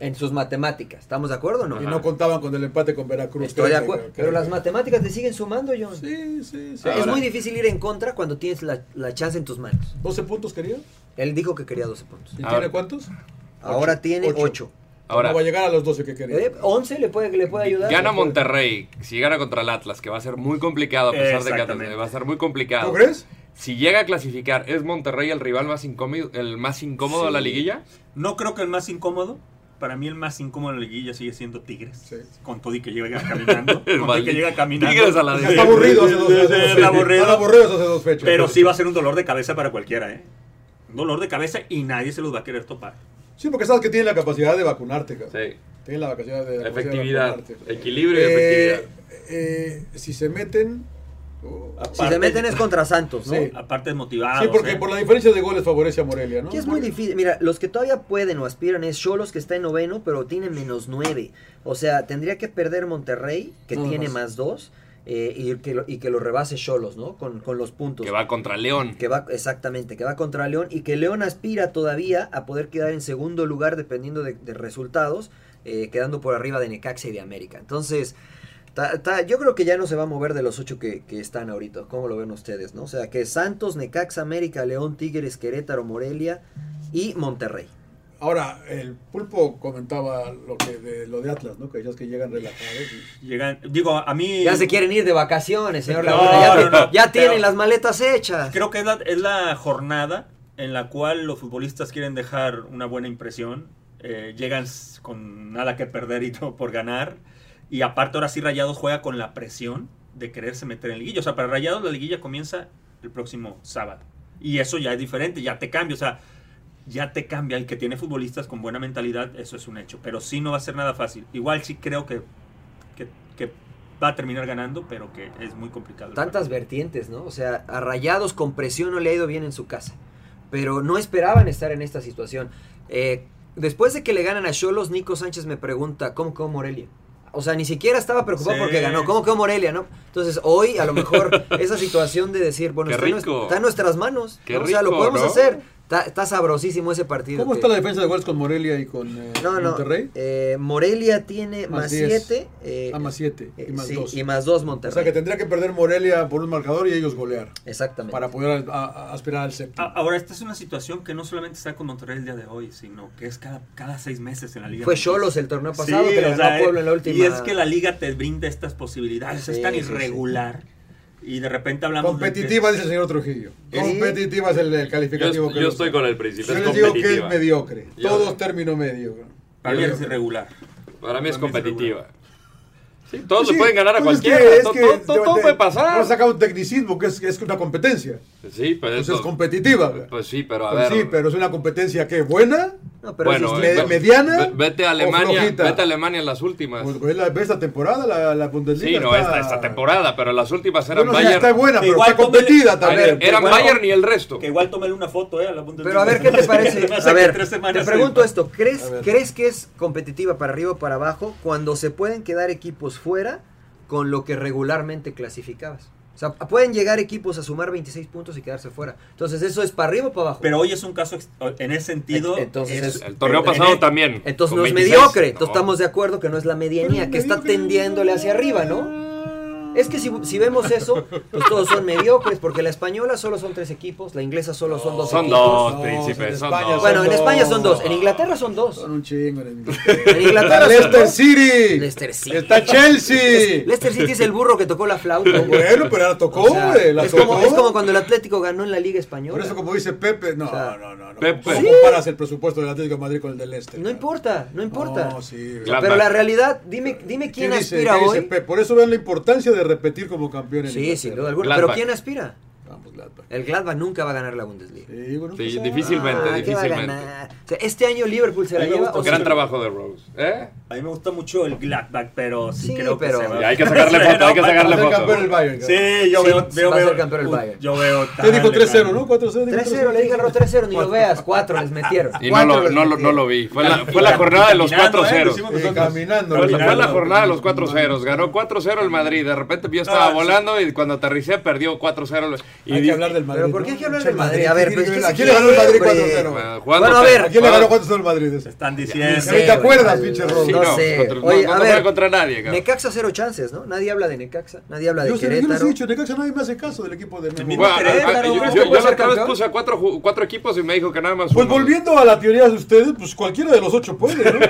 en sus matemáticas. ¿Estamos de acuerdo o no?
y no contaban con el empate con Veracruz.
Estoy de
Creo que-
acuerdo.
creo
Pero
que-
las Ah. matemáticas te siguen sumando, John.
Sí, sí, sí.
Es
Ahora-
muy difícil ir en contra cuando tienes la, la chance en tus manos.
¿12 puntos quería?
Él dijo que quería 12 puntos.
¿Y tiene cuántos?
Ahora tiene 8.
Ahora. va a llegar a los 12 que quería.
Eh, 11 le puede, le puede ayudar.
Gana
Le puede-
Monterrey, si gana contra el Atlas, que va a ser muy complicado a pesar de que
Exactamente.
Atlas va a ser muy complicado.
¿Tú crees?
Si llega a clasificar, ¿es Monterrey el rival más incómodo, el más incómodo de la
Sí.
liguilla?
No creo que el más incómodo. Para mí el más incómodo en la liguilla sigue siendo Tigres. Con todo y que llega caminando. con
El
todo y
maldito.
que llega caminando.
Tigres a la
Ah, Sí,
de-
Está aburrido hace dos-
sí, sí,
hace dos-
está
sí.
aburrido.
Están aburridos hace dos fechas.
Pero sí va a ser un dolor de cabeza para cualquiera, ¿eh? Un dolor de cabeza y nadie se los va a querer topar.
Sí, porque sabes que tiene la capacidad de vacunarte, cabrón.
Sí.
Tiene la capacidad de. la capacidad de
Efectividad,
vacunarte.
equilibrio y
Eh,
efectividad.
eh, si se meten. oh,
si se meten es contra Santos, ¿no?
Sí.
Aparte es
Sí, porque
¿eh?
por la diferencia de goles favorece a Morelia, ¿no?
Y es muy difícil. Mira, los que todavía pueden o aspiran es Cholos, que está en noveno, pero tiene menos nueve. O sea, tendría que perder Monterrey, que
Nada
tiene
más.
más dos, eh, y, que lo, y que lo rebase Cholos, ¿no? Con, con los puntos.
Que va contra León.
Que va, exactamente, que va contra León y que León aspira todavía a poder quedar en segundo lugar dependiendo de, de resultados, eh, quedando por arriba de Necaxa y de América. Entonces, ta- ta- yo creo que ya no se va a mover de los ocho que, que están ahorita, ¿cómo lo ven ustedes? no O sea, que Santos, Necaxa, América, León, Tigres, Querétaro, Morelia y Monterrey.
Ahora, el pulpo comentaba lo que de lo de Atlas, ¿no? Que ellos que llegan relajados. y-
Llegan, digo, a mí...
Ya se quieren ir de vacaciones, señor
No,
Laguna, Ya,
no,
ya
no, pero-
tienen las maletas hechas.
Creo que es la, es la jornada en la cual los futbolistas quieren dejar una buena impresión. eh, llegan s- con nada que perder y todo por ganar. Y aparte ahora sí Rayados juega con la presión de quererse meter en liguilla. O sea, para Rayados la liguilla comienza el próximo sábado. Y eso ya es diferente, ya te cambia. O sea, ya te cambia. El que tiene futbolistas con buena mentalidad, eso es un hecho. Pero sí no va a ser nada fácil. Igual sí creo que, que, que va a terminar ganando, pero que es muy complicado. el
tantas vertientes, ¿no? O sea, a Rayados con presión no le ha ido bien en su casa. Pero no esperaban estar en esta situación. Eh, después de que le ganan a Cholos, Nico Sánchez me pregunta, ¿cómo quedó Morelia? O sea, ni siquiera estaba preocupado
Sí.
porque ganó. ¿Cómo quedó Morelia, no? Entonces, hoy a lo mejor esa situación de decir, bueno,
Qué
está, en nues-
rico.
está en nuestras manos.
Qué
¿no? o sea, lo
rico,
podemos
¿no?
hacer. Está, está sabrosísimo ese partido.
¿Cómo
que-
está la defensa de goles con Morelia y con eh,
No, no,
Monterrey?
eh, Morelia tiene más
diez.
7.
Ah, más 7 y más
sí,
2.
y más dos
O
Monterrey.
sea que tendría que perder Morelia por un marcador y ellos golear.
Exactamente.
Para poder a- a- aspirar al séptimo.
A- Ahora, esta es una situación que no solamente está con Monterrey el día de hoy, sino que es cada, cada seis meses en la Liga.
Fue
Mexicana.
Xolos el torneo pasado que le
o eh,
ganó a Puebla en la última-
Y es que la Liga te brinda estas posibilidades,
Sí,
es tan
sí, sí.
irregular. Y de repente hablamos de que-
Competitiva, dice el señor Trujillo.
Sí.
Competitiva es el, el
Yo-
calificativo que
yo
usa.
estoy con el príncipe,
Yo
es
les digo que es
competitiva.
mediocre.
Yo-
Todos término medio. Pues güey.
Para mí es irregular.
Para mí es competitiva. Sí,
Pues
todos
sí,
le pueden ganar a
pues es
cualquiera.
que- es
to-
que
to- to-
te-
todo,
te-
puede pasar.
No saca un tecnicismo que es, es una competencia.
Sí, pero
Pues
esto-
es competitiva. güey.
Pues sí, pero a
Pues
ver.
sí, pero es una competencia que buena,
eh,
bueno, eh,
me-
ve-
mediana.
ve- Vete a
o
Alemania,
flojita.
vete a Alemania en las últimas.
Pues, güey, la- esta temporada la, la Bundesliga.
Sí, no,
está-
esta, esta temporada, pero las últimas eran
Bueno, sí,
Bayern.
está buena, pero está
tómale-
competida
A ver,
también.
eran
Bueno,
Bayern y el resto.
Que igual tómale una foto, ¿eh? A la Bundesliga.
Pero a ver, ¿qué te parece?
Me hace
A
que
ver,
tres
te
semanas
pregunto
se-
esto, ¿crees,
A ver.
¿crees que es competitiva para arriba o para abajo cuando se pueden quedar equipos fuera con lo que regularmente clasificabas? O sea, pueden llegar equipos a sumar 26 puntos y quedarse fuera. Entonces, ¿eso es para arriba o para abajo?
Pero hoy es un caso ex- en ese sentido.
Entonces,
es-
el
torneo
en-
pasado
en-
también.
Entonces
con
no es
26,
mediocre.
no.
Entonces estamos de acuerdo que no es la medianía, que está tendiéndole hacia arriba, ¿no? Es que si, si vemos eso, pues todos son mediocres, porque la española solo son tres equipos, la inglesa solo son dos
Son
equipos.
dos, príncipe, son dos.
Bueno, en España son dos, en Inglaterra son dos. Son
un chingo en
En Inglaterra son
Leicester
dos.
City.
Leicester City.
Está Chelsea.
Es- Leicester City es el burro que tocó la flauta. güey.
Bueno, pero la tocó,
O sea,
güey, la
es, como,
tocó.
es como cuando el Atlético ganó en la Liga Española.
Por eso, como dice Pepe, no, no, no. no.
Pepe.
¿Cómo
Sí.
comparas el presupuesto del Atlético de Madrid con el del Este?
No importa, no importa.
No, sí, güey.
Pero la realidad, dime, dime
¿Qué
quién
dice-
aspira
qué dice
hoy.
Pepe? Por eso vean la importancia de repetir como campeón en
Sí,
Inglaterra.
sin duda alguna. Pero ¿quién aspira? El Gladbach nunca va a ganar la Bundesliga.
Sí,
ah,
pues, difícilmente,
Ah, ¿qué va a
difícilmente.
ganar? O sea, este año Liverpool se la lleva. o
Gran
sí?
trabajo de Rose. ¿Eh?
A mí me gusta mucho el Gladbach, pero sí,
Sí,
creo
pero-
que se va.
Ya, hay que sacarle foto, hay que sacarle
Va a ser
foto.
campeón el Bayern, creo. Sí, yo
Sí,
veo,
va
veo,
a ser
veo-
campeón el
Uy,
Bayern.
Yo veo
Te dijo
tan-
3-0, ¿no? 4-0. dijo
3-0, le dije al Rotero, ni lo veas. 4 les metieron.
Y no lo, no, lo- no lo vi. Fue la, fue la jornada de
eh,
los
¿eh?
4 0
caminando.
Fue la- fue la jornada de los 4 0 Ganó 4-0 el Madrid. De repente yo estaba
Ah, sí.
volando y cuando aterricé perdió 4-0. Y
Hay
di-
que hablar del Madrid.
¿Pero por qué hay que hablar
Pinche
del Madrid? A ver, pues, ¿qué
¿A
se
quién le ganó el Madrid
quiere,
4-0?
hombre?
güey?
Jugando,
Bueno, a ver.
¿A quién le ganó
jugando-
4-0 el Madrid? ese?
Están
Ni
diciendo.
¿Te acuerdas, pinche Rodo?
Sí,
No,
no,
sé.
contra- no-
Oye,
no
a
juega
ver,
contra nadie, cabrón.
Necaxa 0 chances, ¿no? Nadie habla de Necaxa, nadie habla de
Yo sé, yo les he
Querétaro.
dicho, Necaxa nadie me hace caso del equipo de Memo.
Bueno,
Querétaro,
a- a- ah, yo-
¿crees
yo-
que puede
Yo la
ser
otra vez
campeón?
puse a cuatro ju- cuatro equipos y me dijo que nada más.
Pues
uno.
volviendo a la teoría de ustedes, pues cualquiera de los ocho puede, ¿no?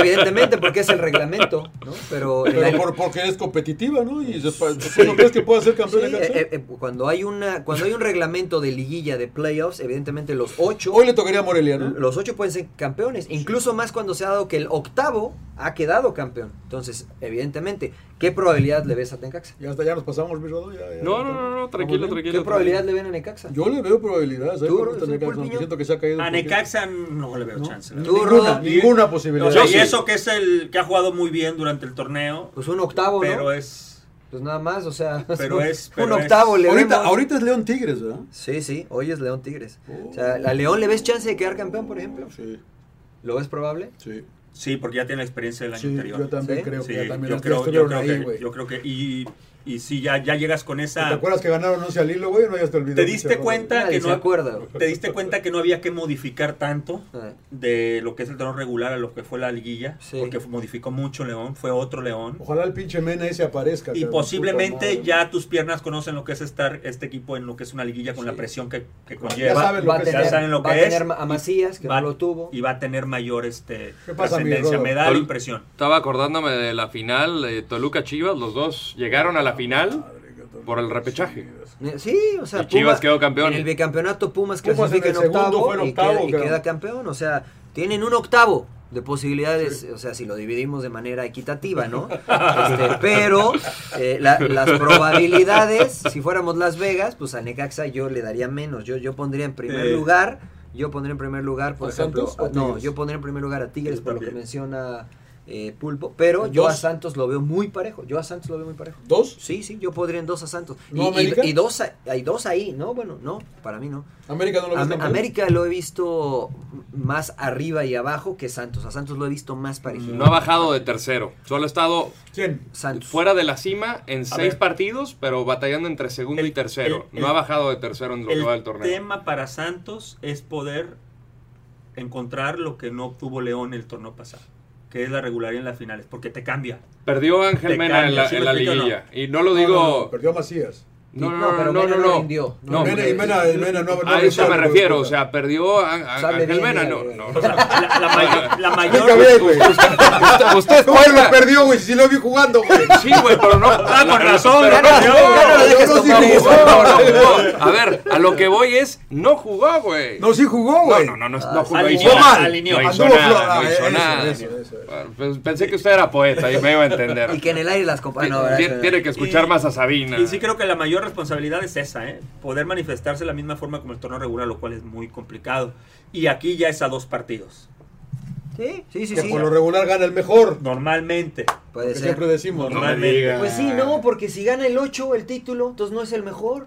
Evidentemente, porque es el reglamento, ¿no? Pero, en la-
Pero por- porque es competitiva, ¿no? Y después después no crees que pueda ser
Sí,
campeón de
eh,
Necaxa.
eh, cuando hay una cuando hay un reglamento de liguilla de playoffs, evidentemente los ocho
Hoy le tocaría a Morelia, ¿no?
los ocho pueden ser campeones, incluso más cuando se ha dado que el octavo ha quedado campeón. Entonces, evidentemente, ¿qué probabilidad le ves a Necaxa?
Ya hasta ya nos pasamos, mi Rodo. ya- ya-
No, no, no, no, tranquilo, tranquilo.
¿Qué probabilidad le ven a Necaxa?
Yo le veo probabilidades. ¿sabes?
Tú,
Porque
sí,
Necaxa,
Pulpiño.
aunque siento que se ha caído.
A
un poquito.
Necaxa no le veo chance. la verdad.
Tú,
Ninguna,
Rodo,
ninguna
O
posibilidad.
sea, y
sí.
eso que es el que ha jugado muy bien durante el torneo,
Pues un octavo, ¿no?
pero es.
Pues nada más, o sea,
Pero es-
un
pero es-
octavo le
ahorita,
vemos.
ahorita es León Tigres, ¿verdad?
Sí, sí, hoy es León Tigres.
Oh.
O sea, ¿a León le ves chance de quedar campeón, por ejemplo?
Sí,
¿Lo ves probable?
sí.
Sí, porque ya tiene la experiencia del año
Sí,
anterior.
yo también
¿Sí?
creo
Sí,
que ya también
yo,
las
creo, yo
estuvieron
creo
ahí,
que,
güey.
yo creo que. Y, y si ya, ya llegas con
¿Te
esa.
acuerdas que ganaron 11 al hilo, güey? No, ya te olvidó.
¿Te diste
pinche
cuenta
Nadie
que
se
no
acuerda, güey.
te diste cuenta que no había que modificar tanto
Ah.
de lo que es el torneo regular a lo que fue la liguilla,
Sí.
porque fu- modificó mucho León, fue otro León.
Rodo. Ojalá el pinche Mena ese aparezca.
Y
cabrón, puta
posiblemente
madre.
ya tus piernas conocen lo que es estar este equipo en lo que es una liguilla con la presión que, que conlleva.
Ya saben lo
va a
que
tener,
es.
Ya saben lo
va a
que es.
tener a Macías, que
Va-
no lo tuvo.
Y va a tener mayor este,
¿Qué pasa, mi
trascendencia.
Rodo?
Me da la
Tol-
impresión.
Estaba acordándome de la final de Toluca Chivas. Los dos llegaron a la final por el repechaje.
Eh, Sí, o sea,
Y Chivas quedó campeón.
En el bicampeonato Pumas,
Pumas en
clasifica
el
en octavo,
segundo fue en
y, queda,
octavo,
y
creo.
queda campeón. O sea, tienen un octavo de posibilidades, o sea, si lo dividimos de manera equitativa, ¿no? Este, pero eh, la- las probabilidades, si fuéramos Las Vegas, pues a Necaxa yo le daría menos. Yo, yo pondría en primer
Eh.
lugar, yo pondría en primer lugar, por
¿A
ejemplo,
Santos o
a- no,
Tigres?
yo pondría en primer lugar a Tigres
Yo
por lo que
también.
menciona eh, Pulpo, pero yo a
Dos.
Santos lo veo muy parejo. Yo a Santos lo veo muy parejo.
¿Dos?
Sí, sí, yo podría en dos a Santos.
¿No,
Y- y,
América?
y dos a- hay dos ahí, ¿no? Bueno, no, para mí no.
América no lo ves
Am-
campeón.
América lo he visto más arriba y abajo que Santos. A Santos lo he visto más parecido.
No ha bajado de tercero. Solo ha estado
¿Quién?
Santos.
fuera de la cima en seis
ver.
partidos, pero batallando entre segundo y tercero.
el-
no
el-
ha bajado de tercero en lo que va del
El
torneo.
tema para Santos es poder encontrar lo que no obtuvo León el torneo pasado, que es la regularidad en las finales, porque te cambia.
Perdió Ángel
Te
Mena en
cambia,
la,
¿sí
en
me
la
explico o no?
liguilla. Y no lo
No, no,
digo.
perdió a Macías.
No,
No,
no,
pero
no, no.
Mena no
no,
rindió.
no.
Mena y Mena, y Mena no, no
A eso me
no-
refiero. O sea, perdió a, a- a
Sale
Ángel
bien,
Mena.
ya,
No,
ya,
no.
O sea, la, la mayor, la mayor-
Nunca vi, güey.
Usted- Usted
¿Cómo que lo
juega.
perdió, güey? Si lo vi jugando, güey.
Sí, güey, pero no. Ah,
con razón,
pero-
ya no- ya no lo
dejes
No,
tocar
sí
eso.
jugó, no, no jugó. A ver, a lo que voy es, no jugó, güey.
No, sí jugó,
no,
güey.
no, no, no, no jugó.
alineó,
hizo nada,
alineó.
No hizo
Anduvo
nada,
flor-
no
ah,
hizo
eso,
nada.
eso, eso, eso.
Pues Pensé que usted era poeta y me iba a entender.
Y que en el aire las compañías.
Tien- tien- Tiene que escuchar
Y-
más a Sabina.
Y sí creo que la mayor responsabilidad es esa, ¿eh? poder manifestarse de la misma forma como el torneo regular, lo cual es muy complicado. Y aquí ya es a dos partidos,
Sí, sí, sí.
Que
sí.
por lo regular gana el mejor.
normalmente.
Puede
Que
ser.
siempre decimos, ¿no?
Normalmente.
Pues sí, no, porque si gana el 8 el título, entonces no es el mejor.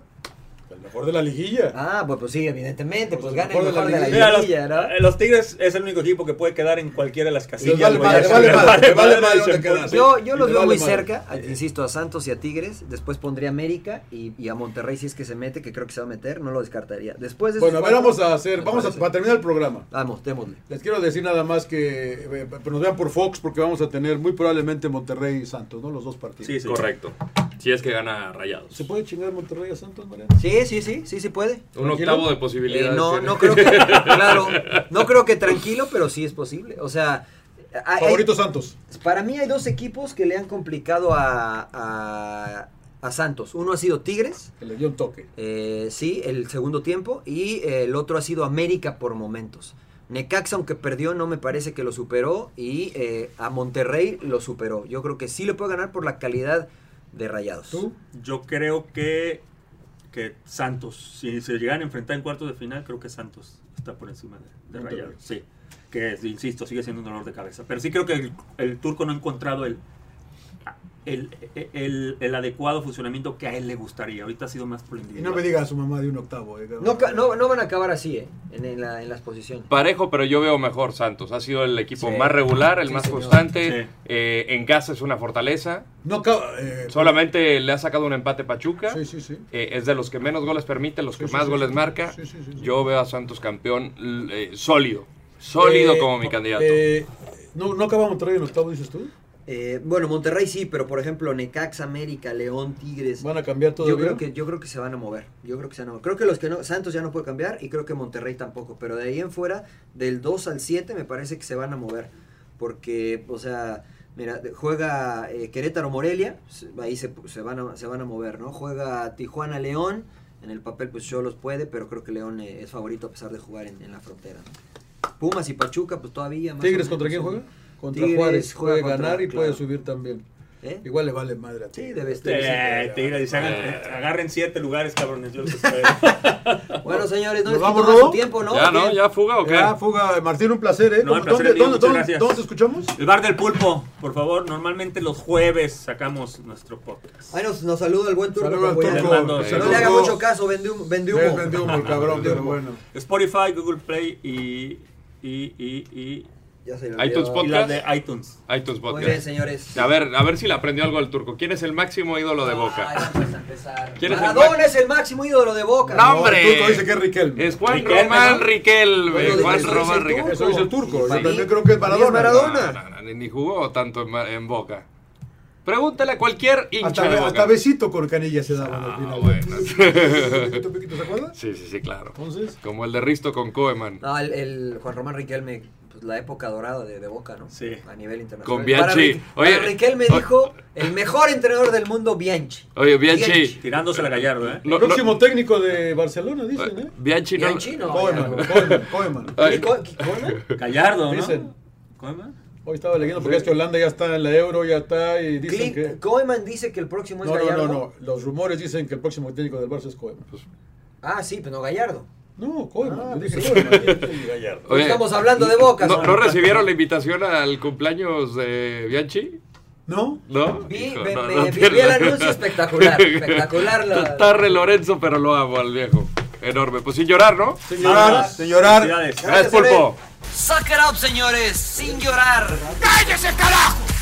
mejor de la liguilla.
Ah, pues, pues sí, evidentemente, pues, gana el
mejor
mejor
de la
de la
liguilla.
liguilla,
Mira, los-
¿no?
Eh, Los Tigres es el único equipo que puede quedar en cualquiera de las casillas.
vale
güey.
madre,
Les
vale madre, les vale
madre
madre
el
dónde
Champions.
eh.
quedan. Yo- yo los veo muy cerca, a- insisto, a Santos y a Tigres. Después pondría América y, y a Monterrey si es que se mete, que creo que se va a meter, no lo descartaría. Después de esos
Bueno, a ver,
cuatro,
vamos a hacer,
me
vamos a,
parece.
para terminar el programa.
Vamos, démosle.
Les quiero decir nada más que eh, nos vean por Fox porque vamos a tener muy probablemente Monterrey y Santos, ¿no? Los dos partidos.
Sí, sí. Correcto. Si es que gana Rayados.
¿Se puede chingar Monterrey a Santos, Mariano?
Sí, sí, sí, sí, sí puede.
Un octavo de posibilidades
Eh, no,
tiene.
no creo que, claro, no creo que tranquilo, pero sí es posible. O sea, hay-
Favorito Santos.
Para mí hay dos equipos que le han complicado a, a- a Santos. Uno ha sido Tigres.
Que le dio un toque.
Eh, sí, el segundo tiempo. Y eh, el otro ha sido América por momentos. Necaxa, aunque perdió, no me parece que lo superó. Y eh, a Monterrey lo superó. Yo creo que sí le puede ganar por la calidad de Rayados.
Yo creo que, que Santos, si se llegan a enfrentar en cuartos de final, creo que Santos está por encima de, de
Monterrey.
Rayados. Sí, que insisto, sigue siendo un dolor de cabeza. Pero sí creo que el, el turco no ha encontrado el, el, el- el adecuado funcionamiento que a él le gustaría. Ahorita ha sido más por el
Y no
individual.
me diga a su mamá de un octavo. eh, cabrón.
No, ca- no- no van a acabar así, ¿eh? En, en la- en las posiciones.
Parejo, pero yo veo mejor Santos. Ha sido el equipo
Sí.
más regular, el
Sí,
más
señor.
constante. Eh, en casa es una fortaleza.
No acaba- eh,
Solamente le ha sacado un empate Pachuca.
Sí, sí, sí.
Eh, es de los que menos goles permite, los que
sí,
más
sí,
goles
sí.
marca.
Sí, sí, sí, sí.
Yo veo a Santos campeón l- eh, sólido. Sólido
Eh,
como mi candidato.
eh, no, no acaba Monterrey en octavo, dices tú.
Eh, bueno, Monterrey sí, pero por ejemplo, Necaxa, América, León, Tigres.
¿Van a cambiar
Yo
todavía?
creo que yo creo que se van a mover. Yo creo que se van a mover. Creo que los que no Santos ya no puede cambiar y creo que Monterrey tampoco, pero de ahí en fuera del 2 al 7 me parece que se van a mover porque o sea, mira, de- juega eh, Querétaro Morelia, se- ahí se, se van a se van a mover, ¿no? Juega Tijuana León. En el papel pues yo los puede, pero creo que León eh, es favorito a pesar de jugar en, en la frontera. ¿no? Pumas y Pachuca pues todavía más o
¿Tigres
menos,
contra quién
¿no?
juega? Contra
Tigres
Juárez.
juega
Puede
contra-
ganar y puede
claro.
subir también.
¿Eh?
Igual le vale madre a ti.
Sí, debe estar.
Eh, Tigres, dice, hagan- agarren siete lugares, cabrones. yo los espero.
Bueno, señores, no
¿Nos
les
vamos,
quito más su
Rodo?
tiempo, ¿no?
Ya, Ah, ¿no?
Bien.
Ya fuga o qué?
Ya, fuga. Martín, un placer, ¿eh?
No, el
¿Dónde-
placer es mío,
dónde-
muchas
dónde-
gracias.
dónde te escuchamos?
El bar del pulpo, por favor. Normalmente los jueves sacamos nuestro podcast.
Ahí nos, nos saluda el buen turco.
Saluda al
Camboyano.
Turco.
No
Saludos.
le haga mucho caso, vende humo. Vende humo,
Vende humo, el cabrón,
Vende
pero
humo.
bueno.
Spotify, Google Play y. y, y, y
Ya se le
iTunes
olvidó.
Y
Podcast.
la de iTunes.
iTunes Podcast.
bien, señores.
A ver, a ver si le aprendió algo al turco. ¿Quién es el máximo ídolo de Boca?
Ah,
¿Quién es el
Maradona es el máximo ídolo de Boca.
¡No, hombre!
El turco dice que es Riquelme.
Es Juan
Riquelme,
Román
¿no?
Riquelme.
Bueno,
Juan
eso dice
Román
el turco.
Riquelme.
Eso dice el turco. Yo
Para mí-
también creo que es
para mí
Maradona.
No, no, no, ni- ni jugó tanto en, Ma- en Boca. Pregúntale a cualquier hincha
Hasta,
de Boca.
hasta besito con canilla se daban al final. Piquito, piquito, ¿se acuerdan?
Sí, sí, sí, claro.
Entonces.
Como el de Risto con Koeman.
No, el, el Juan Román Riquelme, pues, la época dorada de, de Boca, ¿no? Sí. A nivel internacional.
Con Bianchi.
Para Ri- para
Oye,
Riquelme
o-
dijo el mejor entrenador del mundo, Bianchi.
Oye, Bianchi.
Tirándose la gallardo, ¿eh?
No, no,
Próximo técnico de Barcelona, dicen, ¿eh?
Bianchi no.
Bianchi no.
Koeman, Koeman, Koeman.
Ay.
Gallardo, ¿no?
Dicen.
¿Coeman?
Hoy estaba leyendo porque es que Holanda ya está en la Euro, ya está y dicen que...
Clint- Koeman dice que el próximo es
No, no,
Gallardo.
no, no. Los rumores dicen que el próximo técnico del Barça es Koeman.
Ah, sí, pero no Gallardo.
No, Koeman.
Ah,
yo
pues
dije
sí.
Koeman. Gallardo.
Oye,
Estamos hablando de Boca.
¿No,
son-
no recibieron la invitación al cumpleaños de Bianchi?
No.
¿No?
Vi-
Hijo,
me-
no,
me-
no
vi- vi
pierdas.
el anuncio espectacular, espectacular la-
Está re Lorenzo, pero lo amo al viejo. Enorme. Pues sin llorar, ¿no?
Sin llorar, sin llorar.
Gracias, Pulpo.
Suck it up, señores, sin llorar.
¡Cállese, carajo!